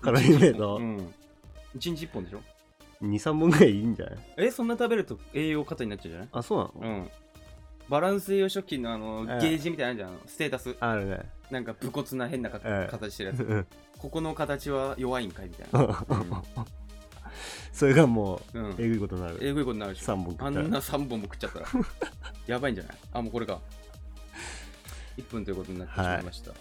Speaker 1: カロリーメイト
Speaker 3: うん。一日一本でしょ
Speaker 1: 23本ぐらいいいんじゃない
Speaker 3: え、そんな食べると栄養過多になっちゃうじゃない
Speaker 1: あそうなの、
Speaker 3: うん。バランス栄養食品のあの、
Speaker 1: ええ
Speaker 3: ゲージみたいなのあるじゃんあの。ステータス。
Speaker 1: あるね
Speaker 3: なんか武骨な変なか
Speaker 1: ええ
Speaker 3: 形してるや
Speaker 1: う
Speaker 3: つ。
Speaker 1: ん
Speaker 3: ここの形は弱いんかいみたいな。
Speaker 1: [laughs] それがも
Speaker 3: うん
Speaker 1: う
Speaker 3: う。
Speaker 1: んえぐいことになる
Speaker 3: えぐいことになるでしょ。
Speaker 1: 3本食った
Speaker 3: あ
Speaker 1: ら
Speaker 3: んな3本も食っちゃったら [laughs] やばいんじゃないあもうこれか1分ということになってしまいました、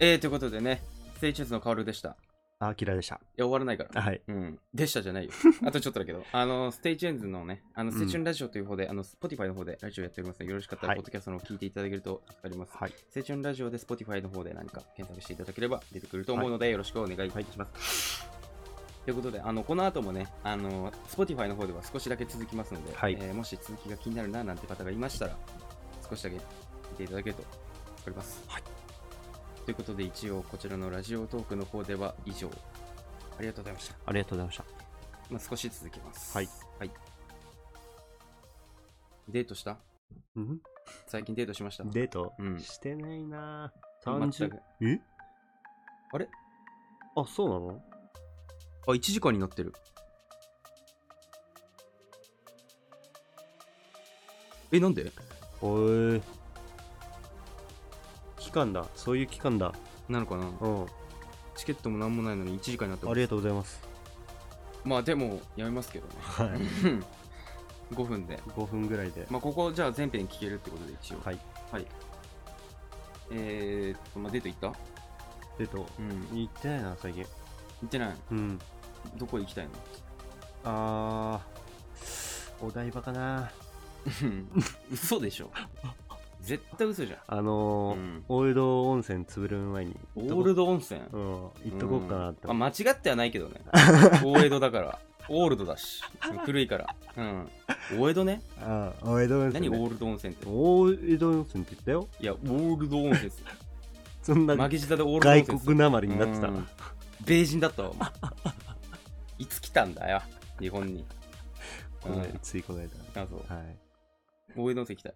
Speaker 3: えー、ということでね成長のカオルでしたい
Speaker 1: あきらでした
Speaker 3: や終わらないから
Speaker 1: はい
Speaker 3: うん、でしたじゃないよ。
Speaker 1: [laughs]
Speaker 3: あとちょっとだけど、あの、ステイチューンズのね、あの、
Speaker 1: うん
Speaker 3: ステイチューンラジオという方で、あの、Spotify の方でラジオやっておりますので、よろしかったら、
Speaker 1: はい
Speaker 3: ポッドキャストの方を聞いていただけると助かります。
Speaker 1: はい
Speaker 3: ステイチューンラジオで Spotify の方で何か検索していただければ出てくると思うので、よろしくお願いいたします。ということで、あの、この後もね、あの、Spotify の方では少しだけ続きますので、
Speaker 1: はい
Speaker 3: えーもし続きが気になるな、なんて方がいましたら、少しだけ聞いていただけると分かります。
Speaker 1: はい
Speaker 3: ということで、一応こちらのラジオトークの方では以上。ありがとうございました。
Speaker 1: ありがとうございました。
Speaker 3: まあ、少し続けます。
Speaker 1: はい。
Speaker 3: はい。デートした
Speaker 1: うん
Speaker 3: 最近デートしました
Speaker 1: デート、
Speaker 3: うん
Speaker 1: してないな
Speaker 3: 全
Speaker 1: 30
Speaker 3: く
Speaker 1: え
Speaker 3: あれ
Speaker 1: あ、そうなの
Speaker 3: あ、1時間になってる。え、なんで
Speaker 1: おえ期間だそういう期間だ
Speaker 3: なのかな
Speaker 1: うん
Speaker 3: チケットもなんもないのに1時間になって
Speaker 1: ありがとうございます
Speaker 3: まあでも、やめますけどね。
Speaker 1: はい [laughs]
Speaker 3: 5分で。
Speaker 1: 5分ぐらいで
Speaker 3: まあここ、じゃあ全編聞けるってことで一応。
Speaker 1: はい。
Speaker 3: はい。えーっと、まあデート行った
Speaker 1: デート
Speaker 3: うん。
Speaker 1: 行ってないな最近
Speaker 3: 行ってない。
Speaker 1: うん
Speaker 3: どこ行きた
Speaker 1: [laughs]
Speaker 3: いの
Speaker 1: あーお台場かな
Speaker 3: 嘘でしょ。絶対嘘じゃん。
Speaker 1: あのー
Speaker 3: うん
Speaker 1: オールド温泉潰れる前に
Speaker 3: オール
Speaker 1: ド
Speaker 3: ド温泉。
Speaker 1: うん行っとこうかなって
Speaker 3: うんあ
Speaker 1: 思
Speaker 3: 間違ってはないけど
Speaker 1: [laughs]
Speaker 3: ね大江戸だからオールドだし古いからうん大江戸ね
Speaker 1: うあー大江戸温
Speaker 3: 何
Speaker 1: 泉、
Speaker 3: オ
Speaker 1: ね、
Speaker 3: ールド温泉って
Speaker 1: オールド温泉って言ったよ
Speaker 3: いやオールド温泉っす
Speaker 1: そんな
Speaker 3: 負け舌でオールド温
Speaker 1: 外
Speaker 3: 泉っす
Speaker 1: 国なまりになってた
Speaker 3: うん米人だったわお前いつ来たんだよ日本に
Speaker 1: この間
Speaker 3: うん
Speaker 1: ついこの間
Speaker 3: あそう
Speaker 1: はい
Speaker 3: 大江戸温泉来たよ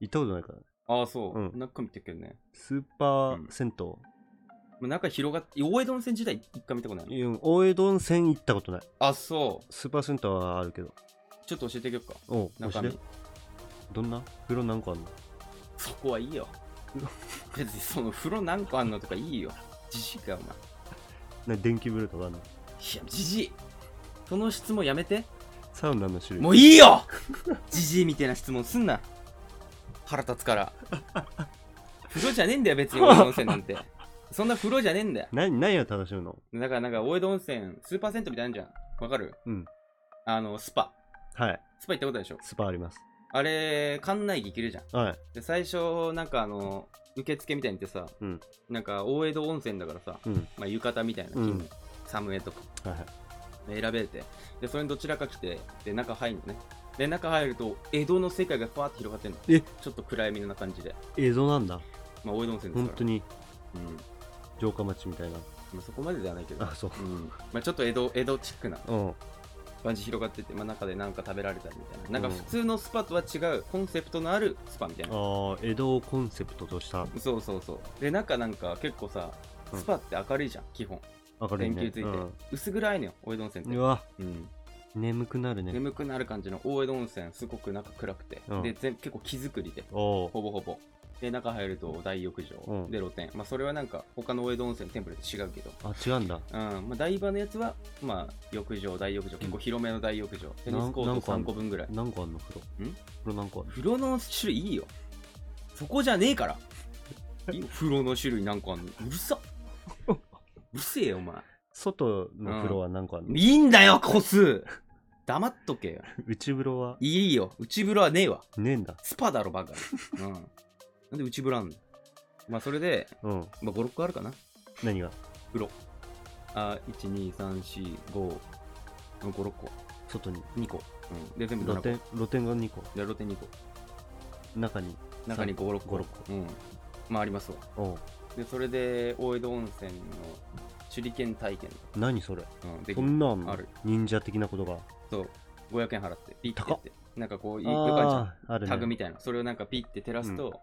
Speaker 1: 行ったことないから
Speaker 3: ああそう、
Speaker 1: うん
Speaker 3: 中見てるけどね
Speaker 1: スーパ
Speaker 3: うん
Speaker 1: ー銭湯、
Speaker 3: もう中広がって大江戸温泉自体一回見たことない
Speaker 1: いや大江戸温泉行ったことない
Speaker 3: あそう
Speaker 1: スーパーセンターはあるけど
Speaker 3: ちょっと教えてあげようか
Speaker 1: おう
Speaker 3: 中
Speaker 1: 教え
Speaker 3: 身
Speaker 1: てどんな風呂何個あんの
Speaker 3: そこは
Speaker 1: [laughs]
Speaker 3: いいよ。別にその風呂何個あんのとかいいよ。じじいか、お前。
Speaker 1: な
Speaker 3: い
Speaker 1: 電気風呂とかあんの
Speaker 3: や、じじい。その質問やめて。
Speaker 1: サウナの種類
Speaker 3: もういいよ [laughs] じじいみたいな質問すんな。腹立つから。風呂じゃねえんだよ、別に大江戸温泉なんて。そんな風呂じゃねえんだよ。
Speaker 1: 何何を楽しむの
Speaker 3: だからなんか大江戸温泉、スーパーセントみたいなんじゃん。わかる
Speaker 1: うん
Speaker 3: あの、スパ。
Speaker 1: はい
Speaker 3: スパ行ったことあるでしょ。
Speaker 1: スパあります
Speaker 3: あれ、館内着着るじゃん。
Speaker 1: はい
Speaker 3: で最初なんかあの受付みたいに行ってさ、
Speaker 1: うん
Speaker 3: なんか大江戸温泉だからさ、
Speaker 1: うん
Speaker 3: まあ、浴衣みたいな着る、
Speaker 1: うん
Speaker 3: サムエとか
Speaker 1: はいはい
Speaker 3: 選べてでそれにどちらか着てで中入るのねで中入ると江戸の世界がパーって広がってんの
Speaker 1: え
Speaker 3: ちょっと暗闇な感じで、
Speaker 1: 映像なんだ
Speaker 3: まあ、大江戸温泉です
Speaker 1: 本
Speaker 3: から
Speaker 1: 当に
Speaker 3: うん
Speaker 1: 城下町みたいな
Speaker 3: まあ、そこまでではないけど
Speaker 1: あそう
Speaker 3: うんまあ、ちょっと江戸江戸チックな
Speaker 1: うん
Speaker 3: 感じ広がってて、まあ、中で何か食べられたりみたいななん
Speaker 1: うん
Speaker 3: か普通のスパとは違うコンセプトのあるスパみたいな
Speaker 1: あー江戸をコンセプトとした
Speaker 3: そうそうそうで中なんか結構さ
Speaker 1: うん
Speaker 3: スパって明るいじゃん、基本
Speaker 1: 明るい
Speaker 3: 電
Speaker 1: ね
Speaker 3: 球ついて、薄暗いのよ大江戸温泉っ
Speaker 1: う
Speaker 3: て
Speaker 1: ん、うわ
Speaker 3: うん
Speaker 1: 眠くなるね
Speaker 3: 眠くなる感じの大江戸温泉すごく中暗くて、
Speaker 1: うん
Speaker 3: で全結構木造りで
Speaker 1: おう
Speaker 3: ほぼほぼで中入ると大浴場、
Speaker 1: うん
Speaker 3: で露天まあそれはなんか他の大江戸温泉テンプレと違うけど
Speaker 1: あ違うんだ
Speaker 3: うんまあ、台場のやつは、まあ、浴場、大浴場、結構広めの大浴場、テニスコ
Speaker 1: な
Speaker 3: ー
Speaker 1: ん
Speaker 3: ト
Speaker 1: かあん
Speaker 3: 3
Speaker 1: の
Speaker 3: 個分ぐらい。
Speaker 1: 何個あんの風呂
Speaker 3: ん
Speaker 1: 風呂何個あんの
Speaker 3: 風呂の種類いいよ。そこじゃねえ
Speaker 1: [laughs]
Speaker 3: から。いいよ風呂の種類なんかあんのうるさうるせえよ、お前。
Speaker 1: 外の風呂は何個あんの、
Speaker 3: いいんだよ、個数黙っとけよ。
Speaker 1: 内風呂はい
Speaker 3: いよ、内風呂はねえわ。
Speaker 1: ねえんだ
Speaker 3: スパだろ、バカ。うん。なんで内風呂あんのまあ、それで、
Speaker 1: うん
Speaker 3: まあ、5、6個あるかな。
Speaker 1: 何が
Speaker 3: 風呂。あ、1、2、3、4、5、5、6個。
Speaker 1: 外に
Speaker 3: 2個。うん。で、全部7
Speaker 1: 露
Speaker 3: 個。で、
Speaker 1: 天露天が2個
Speaker 3: 露天2個。
Speaker 1: 中に
Speaker 3: 中に5、6個。
Speaker 1: 5 6
Speaker 3: うん。まあ、ありますわ。
Speaker 1: 個おう
Speaker 3: で、それで、大江戸温泉の手裏剣体験。
Speaker 1: 何それ
Speaker 3: うん。で
Speaker 1: そ、んなん
Speaker 3: ある
Speaker 1: 忍者的なことが
Speaker 3: そう。500円払って、ピッてやって。なんかこう、いいよくあるじゃん。
Speaker 1: あーあるね
Speaker 3: タグみたいな、それをなんかピッて照らすと、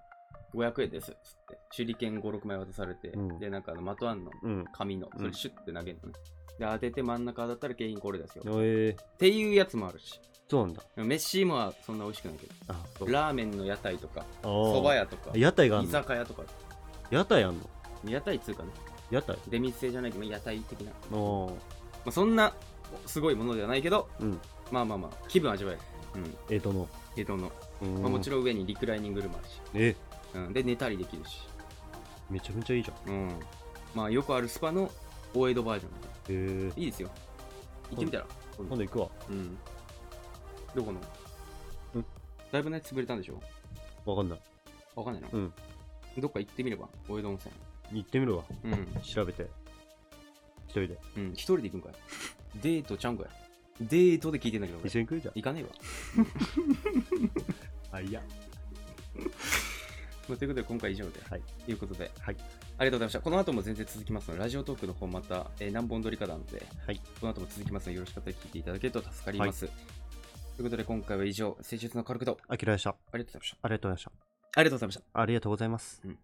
Speaker 3: 500円ですっつって、手裏剣5、6枚渡されて、
Speaker 1: うん
Speaker 3: で、なんかあの、的あんの、
Speaker 1: うん
Speaker 3: 紙の、それシュッて投げるのね。で、当てて真ん中当たったら景品これですよ。っ
Speaker 1: えー、
Speaker 3: ていうやつもあるし、
Speaker 1: そうなんだ
Speaker 3: 飯もそんな美味しくないけど、
Speaker 1: あ
Speaker 3: ラーメンの屋台とか、
Speaker 1: あ
Speaker 3: 蕎麦
Speaker 1: 屋
Speaker 3: 屋とか、
Speaker 1: 屋台があ
Speaker 3: 居
Speaker 1: んの
Speaker 3: 酒屋とか、
Speaker 1: 屋台あんの
Speaker 3: 屋台っつうかね、
Speaker 1: 屋台
Speaker 3: 出店じゃないけど、屋台的な。
Speaker 1: お
Speaker 3: ま
Speaker 1: お
Speaker 3: あ、そんなすごいものではないけど、
Speaker 1: うん
Speaker 3: まあまあまあ、気分味わえる。うん、
Speaker 1: 江戸の
Speaker 3: 江戸の。
Speaker 1: うん
Speaker 3: まあ、もちろん上にリクライニングルームあるし、
Speaker 1: え
Speaker 3: うん、で、寝たりできるし。
Speaker 1: めちゃめちゃいいじゃん
Speaker 3: うん。まあよくあるスパの大江戸バージョンみたい
Speaker 1: へえ
Speaker 3: な。いいですよ。行ってみたら。
Speaker 1: 今度行くわ
Speaker 3: うん。どこの
Speaker 1: うん
Speaker 3: だいぶね、潰れたんでしょ
Speaker 1: わかんない
Speaker 3: わかんないな。
Speaker 1: うん
Speaker 3: どっか行ってみれば、大江戸温泉。
Speaker 1: 行ってみるわ
Speaker 3: うん。
Speaker 1: 調べて一人で
Speaker 3: うん。一人で行くんかい。デートちゃうんかい。デートで聞いてんだけど、俺
Speaker 1: 一緒に行くじゃん
Speaker 3: 行かねえわ。
Speaker 1: あいや
Speaker 3: まあということで、今回以上で、
Speaker 1: はい
Speaker 3: ということで、
Speaker 1: はい
Speaker 3: ありがとうございました。この後も全然続きますので、ラジオトークの方また、えー何本撮りかなんで、
Speaker 1: はい
Speaker 3: この後も続きますので、よろしかったら聞いていただけると助かります。ということで、今回は以上、誠実の軽くと、
Speaker 1: あきらでした。
Speaker 3: ありがとうございました。
Speaker 1: ありがとうございまし
Speaker 3: ありがとうございました。
Speaker 1: た。ありがとうございます。
Speaker 3: うん